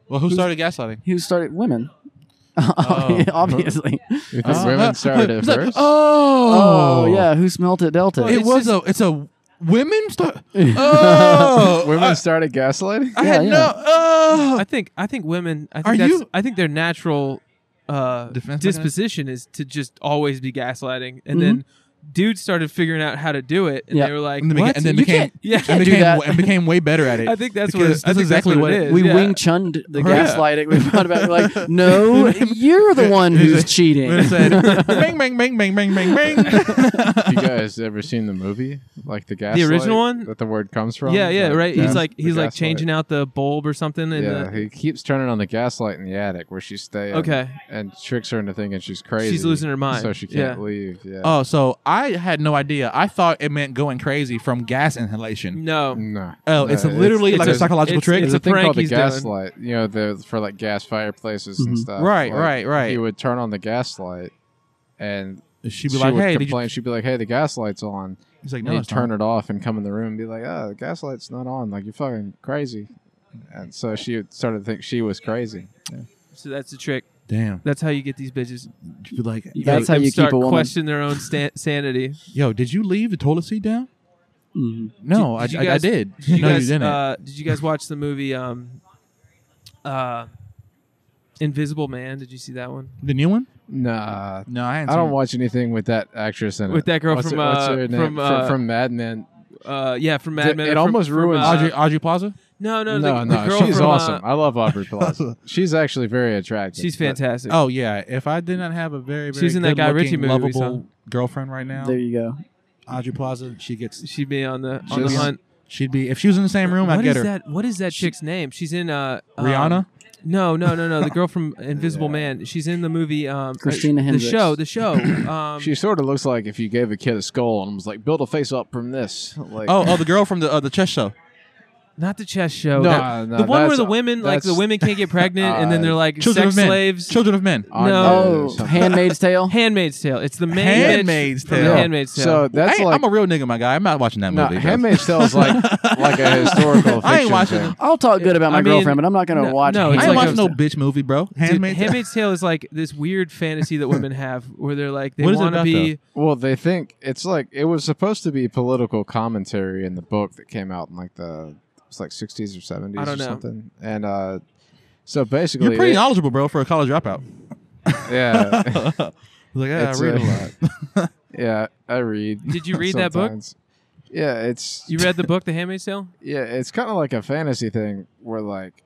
S6: Well, who started gaslighting?
S2: who started women?
S6: Oh.
S2: Obviously.
S9: You
S7: Uh,
S9: think women started it first?
S6: Oh.
S2: Oh yeah, who smelt it, dealt it.
S6: It
S7: It's
S6: was
S7: just-
S6: a. It's a women start.
S7: uh,
S6: Oh.
S9: women
S6: I-
S9: started gaslighting.
S6: I
S2: Yeah,
S6: had
S2: yeah.
S6: no. Oh.
S7: I think I think women. I
S6: Are
S7: think that's,
S6: you-
S7: I think their natural uh,
S6: Defense mechanism?
S7: disposition is to just always be gaslighting, and then dudes started figuring out how to do it, and
S2: Yeah.
S7: they were like,
S6: and then,
S7: "What?
S6: beca- and then
S7: You
S6: became
S7: can't- yeah,
S6: and
S2: do
S6: became,
S2: that.
S6: and became way better at it.
S7: I think that's what-
S6: because
S7: I think
S6: that's
S7: that's
S6: exactly
S7: what it is.
S2: we
S7: yeah.
S2: wing chunned the
S7: Yeah.
S2: gaslighting we thought about. it. Like, no, you're the one who's
S6: When it
S2: cheating.
S6: said, bang, bang, bang, bang, bang, bang, bang.
S9: you guys ever seen the movie like the gaslight?
S7: original one?
S9: that the word comes from.
S7: Yeah, yeah, right.
S9: that's
S7: He's like
S9: the
S7: he's like
S9: gaslight.
S7: changing out the bulb or something. And
S9: Yeah,
S7: uh,
S9: he keeps turning on the gaslight in the attic where she's staying.
S7: Okay.
S9: and tricks her into thinking she's crazy.
S7: losing her mind.
S9: so she can't
S7: Yeah.
S9: leave. Yeah.
S6: Oh, so I had no idea. I thought it meant going crazy from gas inhalation.
S7: no,
S9: no.
S6: Oh,
S9: No,
S6: it's literally
S7: it's
S6: like
S7: a-
S6: a, psychological
S7: it's-
S6: trick.
S9: It's a
S7: a
S9: thing
S7: prank
S9: called the
S7: he's doing.
S9: gaslight. You know, the for like gas fireplaces and
S2: Mhm.
S9: stuff.
S6: right,
S9: Like,
S6: right, right,
S9: He would turn on the gaslight, and
S6: She'd
S9: she
S6: be like,
S9: would
S6: "Hey, did
S9: complain.
S6: you?"
S9: She'd be like, "Hey, the gaslight's on."
S6: He's like,
S9: And
S6: "No,
S9: he'd
S6: it's
S9: turn
S6: turn
S9: it off and come in the room and be like, "Oh, the gaslight's not on. Like you're fucking crazy." And so she would- started to think she was crazy.
S7: so that's the trick.
S6: Damn.
S7: That's how you get these bitches.
S6: She'd be like, yo,
S2: That's how
S7: Them
S2: you
S7: start
S2: keep a woman.
S7: question their own stan- sanity.
S6: yo, did you leave the toilet seat down?"
S2: Mhm.
S6: No,
S7: Mm-hmm. did you
S6: I, I, I
S7: guys-
S6: did.
S7: Did you
S6: no,
S7: guys,
S6: you didn't.
S7: Uh, did you guys watch the movie um, uh, Invisible Man? Did you see that one
S6: the new one?
S9: Nah,
S6: No, I hadn't.
S9: I
S6: seen
S9: don't
S6: it.
S9: watch anything with that actress in it.
S7: with that girl
S9: What's
S7: from
S9: her- what's
S7: uh,
S9: her name?
S7: from uh,
S9: from Mad Men.
S7: uh, yeah from Mad
S9: Th-
S7: Men?
S9: it
S7: or from-
S9: almost
S7: from,
S9: ruins-
S7: uh,
S6: Audrey, Audrey Plaza.
S7: No, no,
S9: No,
S7: the,
S9: no,
S7: the girl
S9: she's
S7: from, uh,
S9: awesome. I love Aubrey Plaza. she's actually very attractive.
S7: she's
S9: but-
S7: fantastic.
S6: Oh yeah, if I did not have a very very
S7: She's in that Guy
S6: good-looking,
S7: Ritchie movie we saw.
S6: lovable girlfriend right now,
S2: There you go.
S6: Audrey Plaza, she gets
S7: she'd be on the on the
S9: She's-
S7: hunt.
S6: she'd be if she was in the same room, I'd
S7: What
S6: get
S7: is
S6: her.
S7: that? What is that chick's name? She's in uh, um,
S6: Rihanna?
S7: No, no, no, no. The girl from Invisible Man. She's in the movie. Um,
S2: Christina
S7: uh, The
S2: Hendricks.
S7: show. The show. Um,
S9: She sort of looks like if you gave a kid a skull and was like, "Build a face up from this." Like,
S6: Oh, oh, the girl from the uh, the chess show.
S7: not the chess show.
S9: No,
S7: the,
S9: no,
S7: Oh, the one where
S9: that's-
S7: the women like the
S9: that's-
S7: women can't get pregnant and then
S9: Uh,
S7: they're like
S6: Children
S7: sex
S6: of men.
S7: slaves.
S6: Children of men.
S9: I know
S2: Oh,
S9: there's something.
S2: Handmaid's Tale.
S7: Handmaid's Tale. It's the main
S6: Handmaid's
S7: bitch from
S6: Tale.
S7: The Handmaid's Tale.
S9: So that's
S6: Hey,
S9: like
S6: I'm a real nigga, my guy. I'm not watching that
S9: no,
S6: movie. bro.
S9: Handmaid's Tale is like like a historical fiction
S6: I ain't watching.
S9: thing.
S2: I'll talk good about my
S7: I mean,
S2: girlfriend, but I'm not going to
S7: no-
S2: watch.
S7: no,
S6: I
S7: it's
S6: ain't
S7: like
S6: watching
S7: a-
S6: no bitch movie, bro.
S7: Dude,
S6: Handmaid's.
S7: Handmaid's Tale is like this weird fantasy that women have, where they're like they
S6: What is it
S7: want to
S6: about,
S7: be.
S9: Well, they think it's like it was supposed to be political commentary in the book that came out in like the it's like 60s or 70s
S7: I don't
S9: or
S7: know.
S9: something. And uh so basically,
S6: You're pretty
S9: it-
S6: knowledgeable, bro, for a college dropout.
S9: yeah,
S6: Like, yeah,
S9: It's
S6: I read a,
S9: a-
S6: lot.
S9: yeah. I read.
S7: Did you read that book?
S9: sometimes. Yeah, it's
S7: You read the book, The Handmaid's Tale?
S9: yeah, it's kind of like a fantasy thing where like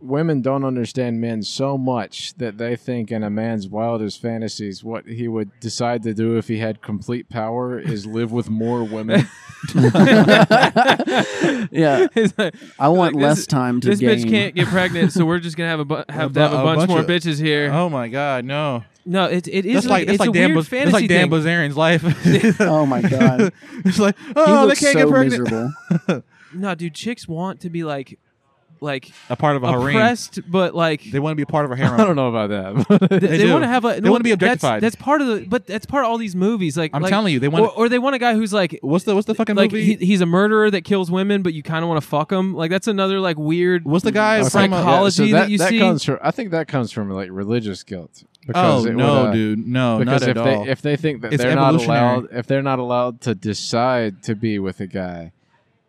S9: women don't understand men so much that they think in a man's wildest fantasies what he would decide to do if he had complete power is live with more women.
S2: Yeah,
S7: It's like,
S2: I want
S7: Like, this-
S2: less time to
S7: this
S2: game.
S7: bitch can't get pregnant, so we're just gonna have a bu- have
S6: bu-
S7: to have a,
S6: a
S7: bunch,
S6: bunch
S7: more
S6: of-
S7: bitches here.
S6: Oh my God, no!
S7: No, it it is
S6: That's
S7: like,
S6: like that's
S7: it's
S6: like
S7: a
S6: Dan,
S7: weird
S6: Baz-
S7: fantasy
S6: that's like Dan
S7: thing.
S6: Bazarian's life. it's
S2: Oh my god,
S6: like
S2: he
S6: oh, they
S2: looks
S6: can't
S2: so
S6: get pregnant.
S2: miserable.
S7: No, dude, chicks want to be like like
S6: A part of a harem.
S7: oppressed, but like
S6: They want to be a part of a harem.
S9: I don't know about that. but-
S7: they,
S6: do.
S7: want to have a
S6: They wanna be
S7: that's-
S6: objectified.
S7: That's, part of the but that's part of all these movies. Like
S6: I'm
S7: like-
S6: telling you, they wanna-
S7: or, or they want a guy who's like
S6: What's the what's the fucking
S7: like
S6: movie?
S7: he, he's a murderer that kills women, but you kind of want to fuck him. Like that's another like weird.
S6: what's the guy
S9: Okay,
S6: from?
S7: Psycho-
S6: Uh,
S7: psychology
S9: yeah, so
S7: that you see?
S9: Comes from, I think that comes from like religious guilt.
S6: oh
S9: Because it
S6: no,
S9: would, uh,
S6: dude, no,
S9: Because
S6: not
S9: if
S6: at
S9: they
S6: all.
S9: if they think that
S6: It's
S9: they're not
S6: evolutionary.
S9: allowed if they're not allowed to decide to be with a guy,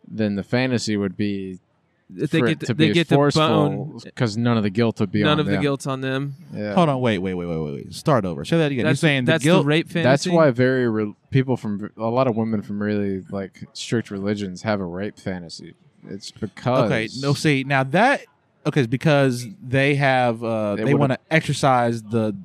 S9: then the fantasy would be
S7: If they
S9: for
S7: get
S9: it
S7: the,
S9: to
S7: they
S9: be
S7: get the
S9: forceful
S7: bone.
S9: because none of the guilt would be
S7: None
S9: on
S7: of the
S9: them.
S7: guilt on them.
S9: Yeah.
S6: Hold on, wait, wait, wait, wait, wait. Start over. Say that again. You're
S7: That's
S6: saying the
S7: that's
S6: guilt.
S7: rape
S9: That's
S7: fantasy.
S9: why very re- people from a lot of women from really like strict religions have a rape fantasy. It's because
S6: Okay, no. See now that okay it's because they have uh,
S9: They
S6: they
S9: would've-
S6: want to exercise the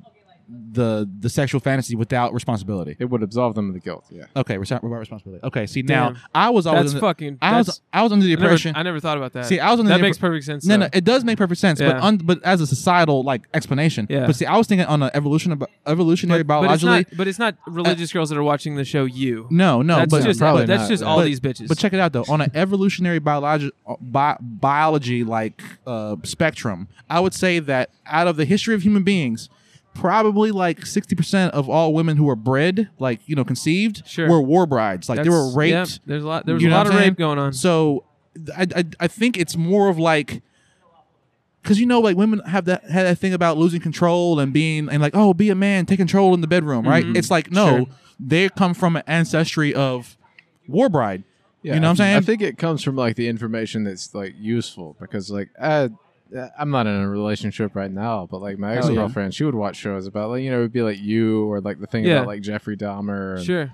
S6: the the sexual fantasy without responsibility.
S9: it would absolve them of the guilt. Yeah.
S6: Okay, resi- without responsibility. Okay, see now
S7: Damn.
S6: I was
S7: That's
S6: always under-
S7: fucking.
S6: I was
S7: that's-
S6: I was under the
S7: I never-
S6: impression.
S7: I never, thought about that.
S6: see, I was under
S7: that
S6: the
S7: makes
S6: impre-
S7: perfect sense.
S6: No,
S7: though.
S6: no, it does make perfect sense,
S7: Yeah.
S6: but un, but as a societal like explanation.
S7: Yeah.
S6: But see, I was thinking on an evolution, evolutionary
S7: but, but it's
S6: biologically.
S7: not, but it's
S6: Uh,
S7: not religious girls that are watching the show. You.
S6: no, no,
S7: that's
S6: but
S7: just
S9: probably
S7: but that's
S9: not,
S7: just
S9: yeah.
S7: all
S6: But-
S7: these bitches.
S6: But check it out though. On an evolutionary biology, bi- biology like uh, spectrum, I would say that out of the history of human beings, probably like sixty percent of all women who were bred, like you know, conceived,
S7: Sure.
S6: were war brides. Like they were
S7: That's-
S6: raped.
S7: yeah, there's a lot. There was a
S6: You know
S7: lot of
S6: what I'm
S7: rape
S6: saying?
S7: going on.
S6: So, I, I I think it's more of like. Cause you know, like women have that had that thing about losing control and being and like, oh, be a man, take control in the bedroom, right? It's like no,
S7: Mm-hmm. Sure.
S6: they come from an ancestry of war bride.
S9: Yeah,
S6: You know what I'm
S9: I
S6: saying?
S9: think it comes from like the information that's like useful because like I, I'm not in a relationship right now, but like my ex
S6: Hell yeah.
S9: girlfriend, she would watch shows about like you know it'd be like you or like the thing
S7: Yeah.
S9: about like Jeffrey Dahmer. And,
S7: Sure,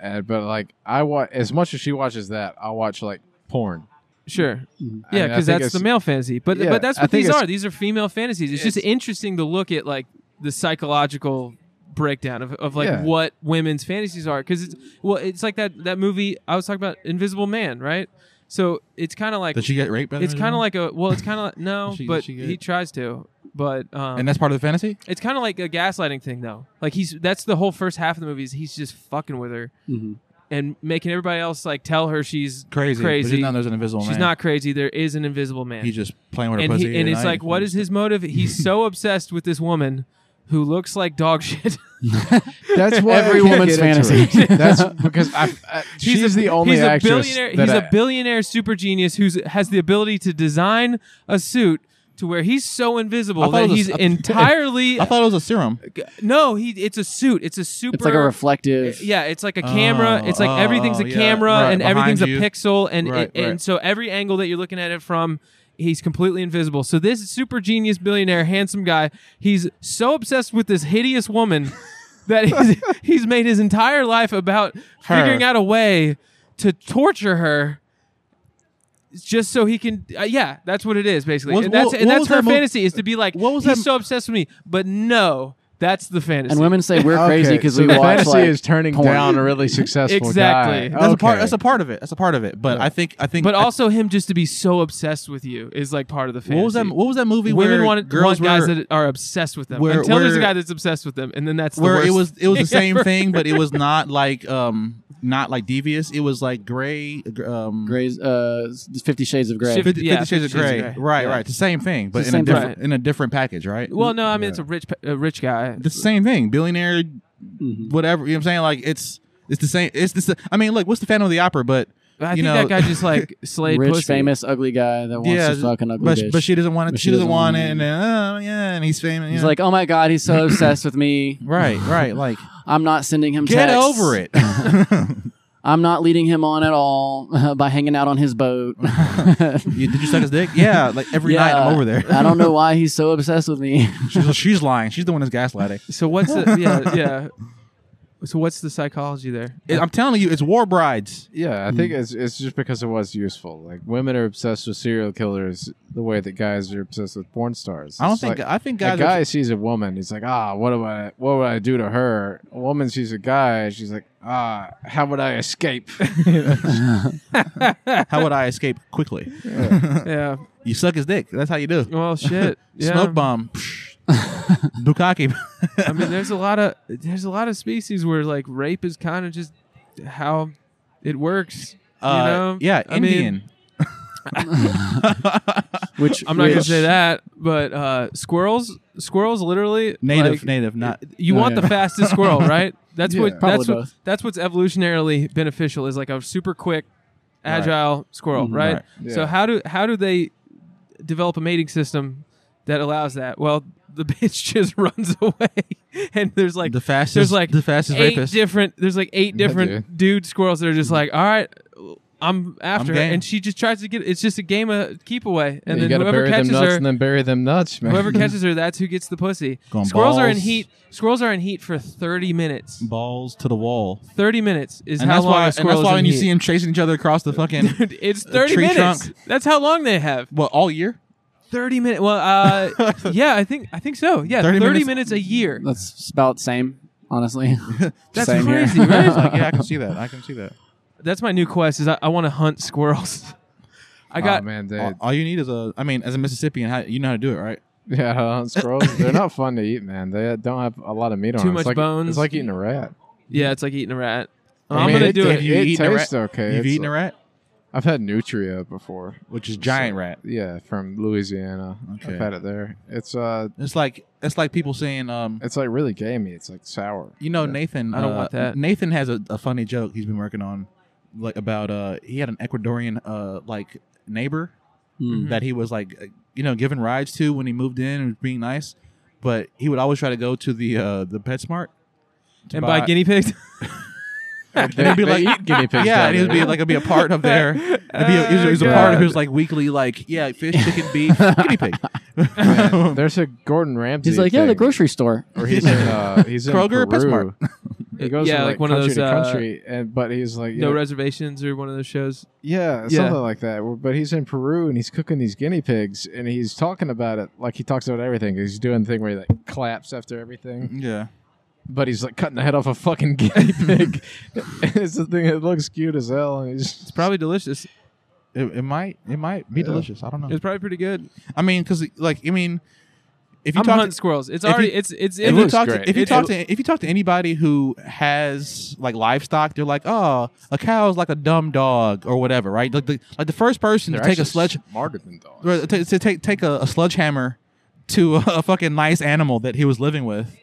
S9: and- but like I watch as much as she watches that, I watch like porn.
S7: sure.
S9: I
S7: Yeah,
S9: mean, I
S7: because
S9: think
S7: that's the
S9: it's-
S7: male fantasy. But
S9: Yeah,
S7: but that's
S9: I
S7: what
S9: think
S7: these
S9: it's-
S7: are. These are female fantasies. It's, just
S9: It's-
S7: interesting to look at like the psychological breakdown of, of like
S9: Yeah.
S7: what women's fantasies are because it's well it's like that that movie I was talking about Invisible Man right so it's kind of like
S6: Did she get raped? By the
S7: it's kind of
S6: original?
S7: like a well it's kind of like, no
S6: She-
S7: but
S6: she get-
S7: he tries to but um
S6: and that's part of the fantasy.
S7: it's kind of like a gaslighting thing though like he's that's the whole first half of the movie is he's just fucking with her
S9: Mm-hmm.
S2: Mhm.
S7: and making everybody else like tell her she's
S6: Crazy, But
S7: crazy
S6: she's not, there's an invisible
S7: She's
S6: man.
S7: not crazy. There is an invisible man.
S6: He's just playing with her
S7: and
S6: pussy.
S7: he, and
S6: at
S7: it's
S6: night.
S7: like, what is his motive? He's so obsessed with this woman who looks like dog shit.
S9: That's why I
S2: Every
S9: can't
S2: woman's
S9: get into it. That's because I, I
S7: He's
S9: she's
S7: a-
S9: the only
S7: he's a
S9: actress
S7: billionaire.
S9: that
S7: He's a
S9: I-
S7: billionaire super genius who has the ability to design a suit to where he's so
S6: I
S7: invisible
S6: thought
S7: that
S6: it was
S7: he's
S6: a-
S7: entirely.
S6: I thought it was a serum.
S7: no, he. It's a suit. It's a super.
S2: It's like a reflective.
S7: Yeah, it's like a camera.
S6: Oh,
S7: it's like
S6: oh,
S7: everything's
S6: oh,
S7: a
S6: yeah.
S7: camera
S6: Right,
S7: and
S6: behind
S7: everything's
S6: you.
S7: a pixel and
S6: Right,
S7: and,
S6: right.
S7: so every angle that you're looking at it from he's completely invisible. So this super genius billionaire handsome guy, he's so obsessed with this hideous woman that he's, he's made his entire life about figuring out a way to torture her just so he can uh, yeah that's what it is basically
S6: What-
S7: and that's,
S6: what-
S7: and
S6: what
S7: that's
S6: was
S7: her
S6: that mo-
S7: fantasy is to be like
S6: what was
S7: he's
S6: that-
S7: so obsessed with me but no that's the fantasy
S2: And women say we're crazy
S9: Okay,
S2: because
S9: so
S2: we
S9: the
S2: watch
S9: fantasy
S2: like
S9: is turning
S2: porn.
S9: down a really successful
S7: Exactly.
S9: guy.
S6: That's a part.
S9: Okay.
S6: That's a part of it. That's a part of it. But I think. I think.
S7: But
S6: I-
S7: also him just to be so obsessed with you is like part of the fantasy.
S6: what was that? What was that movie?
S7: Women
S6: where
S7: want,
S6: girls
S7: want guys
S6: were,
S7: that are obsessed with them.
S6: where-
S7: Until there's a
S6: where-
S7: guy that's obsessed with them, and then that's the
S6: where
S7: worst
S6: it was. It was the
S7: thing
S6: same
S7: ever.
S6: thing, but it was not like um not like devious. It was like gray. Um,
S2: Gray's, uh, Fifty Shades of Gray.
S7: Shift-
S6: Fifty,
S7: Yeah,
S6: Fifty Shades, of Gray. Right.
S7: Yeah.
S6: Right. It's The same thing, but in
S2: the
S6: a
S2: same
S6: different
S7: thing.
S6: in a different package. Right.
S7: Well, no, I mean it's a rich, a rich guy.
S6: the same thing. Billionaire,
S2: Mhm.
S6: whatever. You know what I'm saying? Like it's it's the same. It's this. I mean, look, what's the Phantom of the Opera? But
S7: I think
S6: you know,
S7: that guy just like slayed
S2: Rich,
S7: pussy.
S2: famous, ugly guy that wants to fuck an ugly
S6: but,
S2: bitch.
S6: but she doesn't want it.
S2: But
S6: She,
S2: she
S6: doesn't
S2: doesn't
S6: want it.
S2: want
S6: And oh yeah, and he's famous.
S2: He's
S6: yeah.
S2: like, oh my god, he's so obsessed with me.
S6: right, right. Like,
S2: I'm not sending him.
S6: get
S2: texts.
S6: over it.
S2: I'm not leading him on at all by hanging out on his boat.
S6: you, did you suck his dick? Yeah, like every night I'm over there.
S2: I don't know why he's so obsessed with me.
S6: she's, she's lying. She's the one that's gaslighting.
S7: So what's the yeah yeah? So what's the psychology there?
S6: It- I'm telling you, it's war brides.
S9: Yeah, I think it's it's just because it was useful. Like women are obsessed with serial killers the way that guys are obsessed with porn stars.
S6: I don't
S9: It's
S6: think.
S9: like,
S6: I think
S9: a
S6: guys.
S9: guy
S6: Are,
S9: sees a woman, he's like, ah, what do I what would I do to her? A woman sees a guy, she's like, ah, how would I escape?
S6: how would I escape quickly?
S7: yeah.
S6: You suck his dick. That's how you do.
S7: Well, shit. Yeah.
S6: Smoke bomb. Psh. Bukkake.
S7: I mean, there's a lot of there's a lot of species where like rape is kind of just how it works.
S6: Uh,
S7: you know?
S6: yeah,
S7: I mean,
S6: Indian.
S2: Which
S7: I'm not gonna
S2: which-
S7: say that, but uh, squirrels, squirrels, literally
S6: native,
S7: like,
S6: native, not.
S7: You
S9: Oh,
S7: want
S9: yeah.
S7: the fastest squirrel, right? That's
S9: Yeah.
S7: what
S2: Probably
S7: that's what,
S2: both.
S7: that's what's evolutionarily beneficial is like a super quick, agile squirrel,
S2: Mhm.
S7: right?
S6: Right.
S9: Mm-hmm. Yeah.
S7: So how do how do they develop a mating system that allows that? Well, the bitch just runs away, and there's like
S6: the fastest.
S7: there's like
S6: the fastest
S7: eight
S6: rapist.
S7: different. There's like eight
S9: Yeah,
S7: different
S9: dude. Mm-hmm.
S7: dude squirrels that are just like, all right, I'm after her,
S6: game.
S7: and she just tries to get. It's just a game of keep away, and
S9: you
S7: then
S9: gotta
S7: whoever
S9: bury them
S7: catches
S9: nuts
S7: her,
S9: and then bury them nuts, man.
S7: whoever catches her, that's who gets the pussy.
S6: Going
S7: squirrels are in
S6: balls.
S7: heat. Squirrels are in heat for thirty minutes.
S6: Balls to the wall.
S7: Thirty minutes is
S6: And
S7: how
S6: that's
S7: long
S6: why.
S7: a
S6: And that's
S7: squirrel
S6: why
S7: is in
S6: when you
S7: heat.
S6: see them chasing each other across the fucking.
S7: it's thirty
S6: tree
S7: minutes.
S6: trunk.
S7: That's how long they have.
S6: Well, all year.
S7: Thirty minutes. Well, uh, yeah, I think I think so. Yeah,
S6: 30
S7: thirty,
S6: minutes-
S7: minutes. a year.
S2: That's about same, honestly.
S7: That's
S2: Same here.
S7: crazy, right?
S6: It's like, yeah, I can see that. I can see that.
S7: That's my new quest. Is I, I want to hunt squirrels. I got
S9: oh, man, they,
S6: All, all you need is a. I mean, as a Mississippian, how, you know how to do it, right?
S9: yeah, hunt squirrels. They're not fun to eat, man. They don't have a lot of meat on.
S7: Too
S9: them.
S7: much
S9: it's like,
S7: bones.
S9: It's like eating a rat.
S7: Yeah, it's like eating a rat.
S9: I
S7: I'm
S9: mean,
S7: gonna
S9: it-
S7: do
S9: it-
S7: it.
S6: You
S9: it
S6: eaten a rat?
S9: tastes okay.
S6: You've
S9: It's
S6: eaten a
S9: like-
S6: rat,
S9: I've had nutria before.
S6: which is giant rat.
S9: Yeah, from Louisiana.
S6: Okay.
S9: I've had it there. It's uh,
S6: It's like it's like people saying, um,
S9: it's like really gamey. It's like sour.
S6: you know, Nathan.
S7: I don't
S6: uh,
S7: want that.
S6: Nathan has a, a funny joke he's been working on, like about uh, he had an Ecuadorian uh, like neighbor
S7: Hmm.
S2: Mm.
S6: that he was like, uh, you know, giving rides to when he moved in and was being nice, but he would always try to go to the uh, the PetSmart to
S7: and buy guinea pigs.
S9: They,
S6: it'd be
S9: they
S6: like-
S9: eat guinea pigs.
S6: Yeah,
S9: down
S6: and he would
S9: there.
S6: be like, it'd be a part of there. It'd be a, it was, it was a
S7: Oh,
S6: part of
S7: God.
S6: his like weekly, like yeah, fish, chicken, beef, guinea pig.
S9: Man, there's a Gordon Ramsay.
S2: He's like, yeah, the
S9: thing.
S2: grocery store.
S9: Or he's in, uh, he's in
S6: Kroger or
S9: Peru. He goes
S7: Yeah,
S9: from,
S7: like one of
S9: country
S7: those,
S9: to
S7: uh,
S9: country, and but he's like,
S7: no
S9: yeah,
S7: reservations or one of those shows.
S9: yeah,
S7: Yeah.
S9: something like that. But he's in Peru and he's cooking these guinea pigs, and he's talking about it like he talks about everything. He's doing the thing where he like claps after everything.
S6: Yeah, Mm-hmm.
S9: but he's like cutting the head off a fucking guinea pig. it's the thing that looks cute as hell. And he's
S7: It's probably delicious.
S6: it, it might it might be
S9: Yeah.
S6: delicious. I don't know.
S7: It's probably pretty good.
S6: I mean, because like I mean, if you
S7: I'm
S6: talk
S7: hunting
S6: to,
S7: squirrels. It's
S6: if you-
S7: already it's it's
S6: if
S7: in
S6: you
S7: the
S6: talk to,
S9: great.
S6: if you
S7: It-
S6: talk to if you talk to anybody who has like livestock, they're like, oh, a cow is like a dumb dog or whatever, right? Like the like the first person to take a sledge
S9: smarter than dogs.
S6: or to, to take take a, a sledgehammer to a, fucking nice animal that he was living with,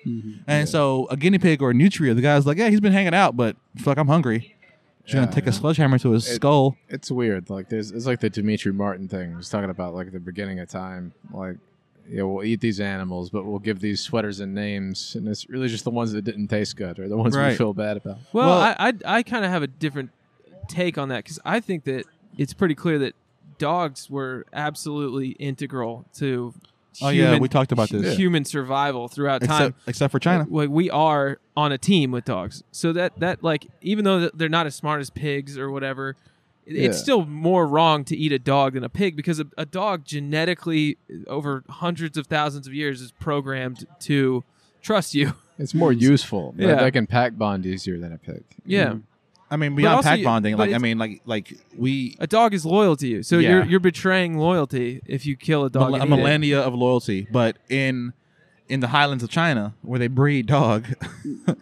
S6: and so a guinea pig or a nutria, the guy's like, yeah, he's been hanging out, but fuck, I'm hungry. She's
S9: Yeah.
S6: gonna take a sledgehammer to his skull.
S9: It's weird. Like there's, it's like the Dimitri Martin thing. He was talking about like the beginning of time. Like, yeah, we'll eat these animals, but we'll give these sweaters and names, and it's really just the ones that didn't taste good or the ones we
S6: Right.
S9: feel bad about.
S7: Well,
S6: Well-
S7: I I, I kind of have a different take on that because I think that it's pretty clear that dogs were absolutely integral to.
S6: Oh, yeah,
S7: human-
S6: we talked about this.
S7: Human survival throughout time.
S6: Except, except for China.
S7: like we are on a team with dogs so that that like even though they're not as smart as pigs or whatever it- it's
S9: Yeah.
S7: still more wrong to eat a dog than a pig because a, a dog genetically over hundreds of thousands of years is programmed to trust you
S6: Mm-hmm.
S9: It's more useful. Yeah,
S7: Yeah.
S9: they can pack bond easier than a pig.
S7: yeah
S6: I mean, beyond
S7: also
S6: pack
S7: you-
S6: bonding,
S7: but
S6: like I
S7: it's-
S6: mean, like like we
S7: a dog is loyal to you so
S6: Yeah.
S7: you're, you're betraying loyalty if you kill a dog
S6: Mil- a
S7: and eat it.
S6: millennia of loyalty, but in in the highlands of China where they breed dog,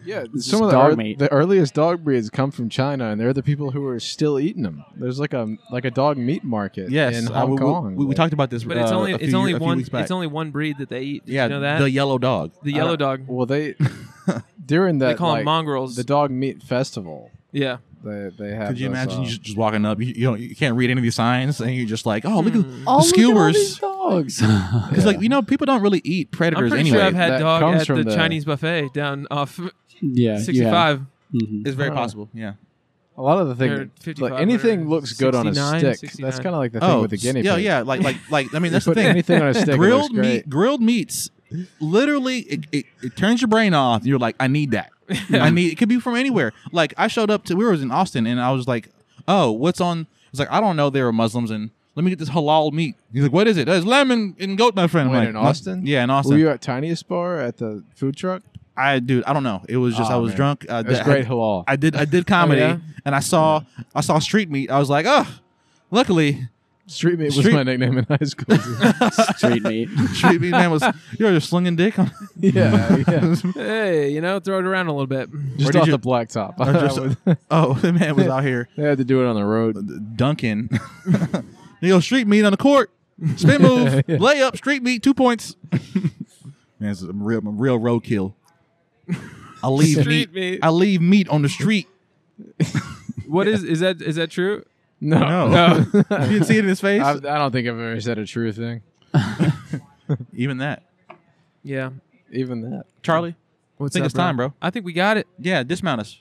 S9: Yeah,
S2: just
S9: some of the,
S2: dog
S9: ear-
S2: meat.
S9: the earliest dog breeds come from China, and they're the people who are still eating them. There's like a like a dog meat market
S6: yes,
S9: in
S6: uh,
S9: Hong
S6: we, we-
S9: Kong.
S6: We, we talked about this,
S7: but it's
S6: uh,
S7: only
S6: a few
S7: it's only
S6: year- a few
S7: one
S6: weeks back.
S7: it's only one breed that they eat Did
S6: yeah,
S7: you know that
S6: the uh, yellow dog.
S7: The yellow dog
S9: Well, they during that
S7: they call
S9: like,
S7: them mongrels
S9: the dog meat festival.
S7: yeah
S9: They they have.
S6: Could you
S9: those,
S6: imagine
S9: uh,
S6: you just, just walking up? You, you don't you can't read any of these signs, and you're just like, oh, look at
S7: Hmm.
S2: Oh,
S6: the
S2: look at all these
S6: skewers,
S2: dogs.
S6: because like you know people don't really eat
S7: I'm
S6: predators
S7: pretty
S6: anyway.
S7: sure I've had
S9: That
S7: dog
S9: comes
S7: at
S9: from
S7: the
S9: the-
S7: Chinese buffet down off
S2: yeah,
S7: 65.
S2: Yeah. Mhm.
S6: it's very
S9: Oh.
S6: possible. Yeah.
S9: a lot of the
S7: They're
S9: thing?
S7: 55
S9: Like anything
S7: or
S9: looks good on a
S7: 69,
S9: stick.
S7: 69.
S9: That's kind of like the thing
S6: Oh,
S9: with the guinea pig.
S6: yeah, yeah. Like like like. I mean,
S9: You
S6: that's the
S9: put
S6: thing.
S9: anything on a stick, it looks
S6: grilled
S9: great.
S6: meat grilled meats literally it, it, it turns your brain off and you're like i need that I need it could be from anywhere. Like I showed up to we were in Austin and I was like, "Oh, what's on?" It's like I don't know. They were Muslims and let me get this halal meat. He's like, "What is it?" It's lamb and, and goat, my friend. I'm
S9: Wait,
S6: like,
S9: in
S6: "No."
S9: Austin?
S6: Yeah, in Austin.
S9: Were you at Tiniest Bar at the food truck?
S6: I dude, I don't know. It was just
S9: Aw,
S6: I was
S9: man.
S6: drunk. Uh,
S9: That's
S6: I-
S9: great Oh, halal.
S6: I did I did comedy
S7: yeah?
S6: and I saw I saw street meat. I was like, oh, luckily
S9: Street meat was
S6: Street-
S9: my nickname in high school.
S2: Street meat.
S6: street meat man was you're just slinging dick on
S9: yeah, yeah.
S7: Hey, you know, throw it around a little bit.
S9: Just
S6: did
S9: off
S6: you-
S9: the blacktop.
S6: or just-
S9: I would-
S6: oh the man was out here
S9: they had to do it on the road.
S6: dunking. you know, street meat on the court, spin move, layup, street meat, two points. man, it's a real a real roadkill. I leave
S7: Street
S6: meat,
S7: meat.
S6: I leave meat on the street.
S7: What is is that? Is that true?
S9: No,
S7: No.
S6: you didn't see it in his face.
S9: I, I don't think I've ever said a true thing.
S6: Even that,
S7: yeah.
S9: Even that.
S6: Charlie.
S7: What's
S6: Think
S7: up,
S6: it's time, bro.
S7: I think we got it.
S6: Yeah, dismount us.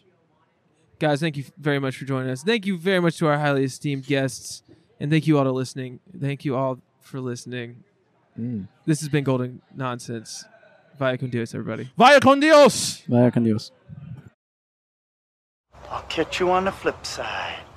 S7: Guys, thank you very much for joining us. Thank you very much to our highly esteemed guests. And thank you all to listening. Thank you all for listening. This has been Golden Nonsense. Via con Dios, everybody.
S6: Vaya con Dios.
S2: Vaya con Dios.
S8: I'll catch you on the flip side.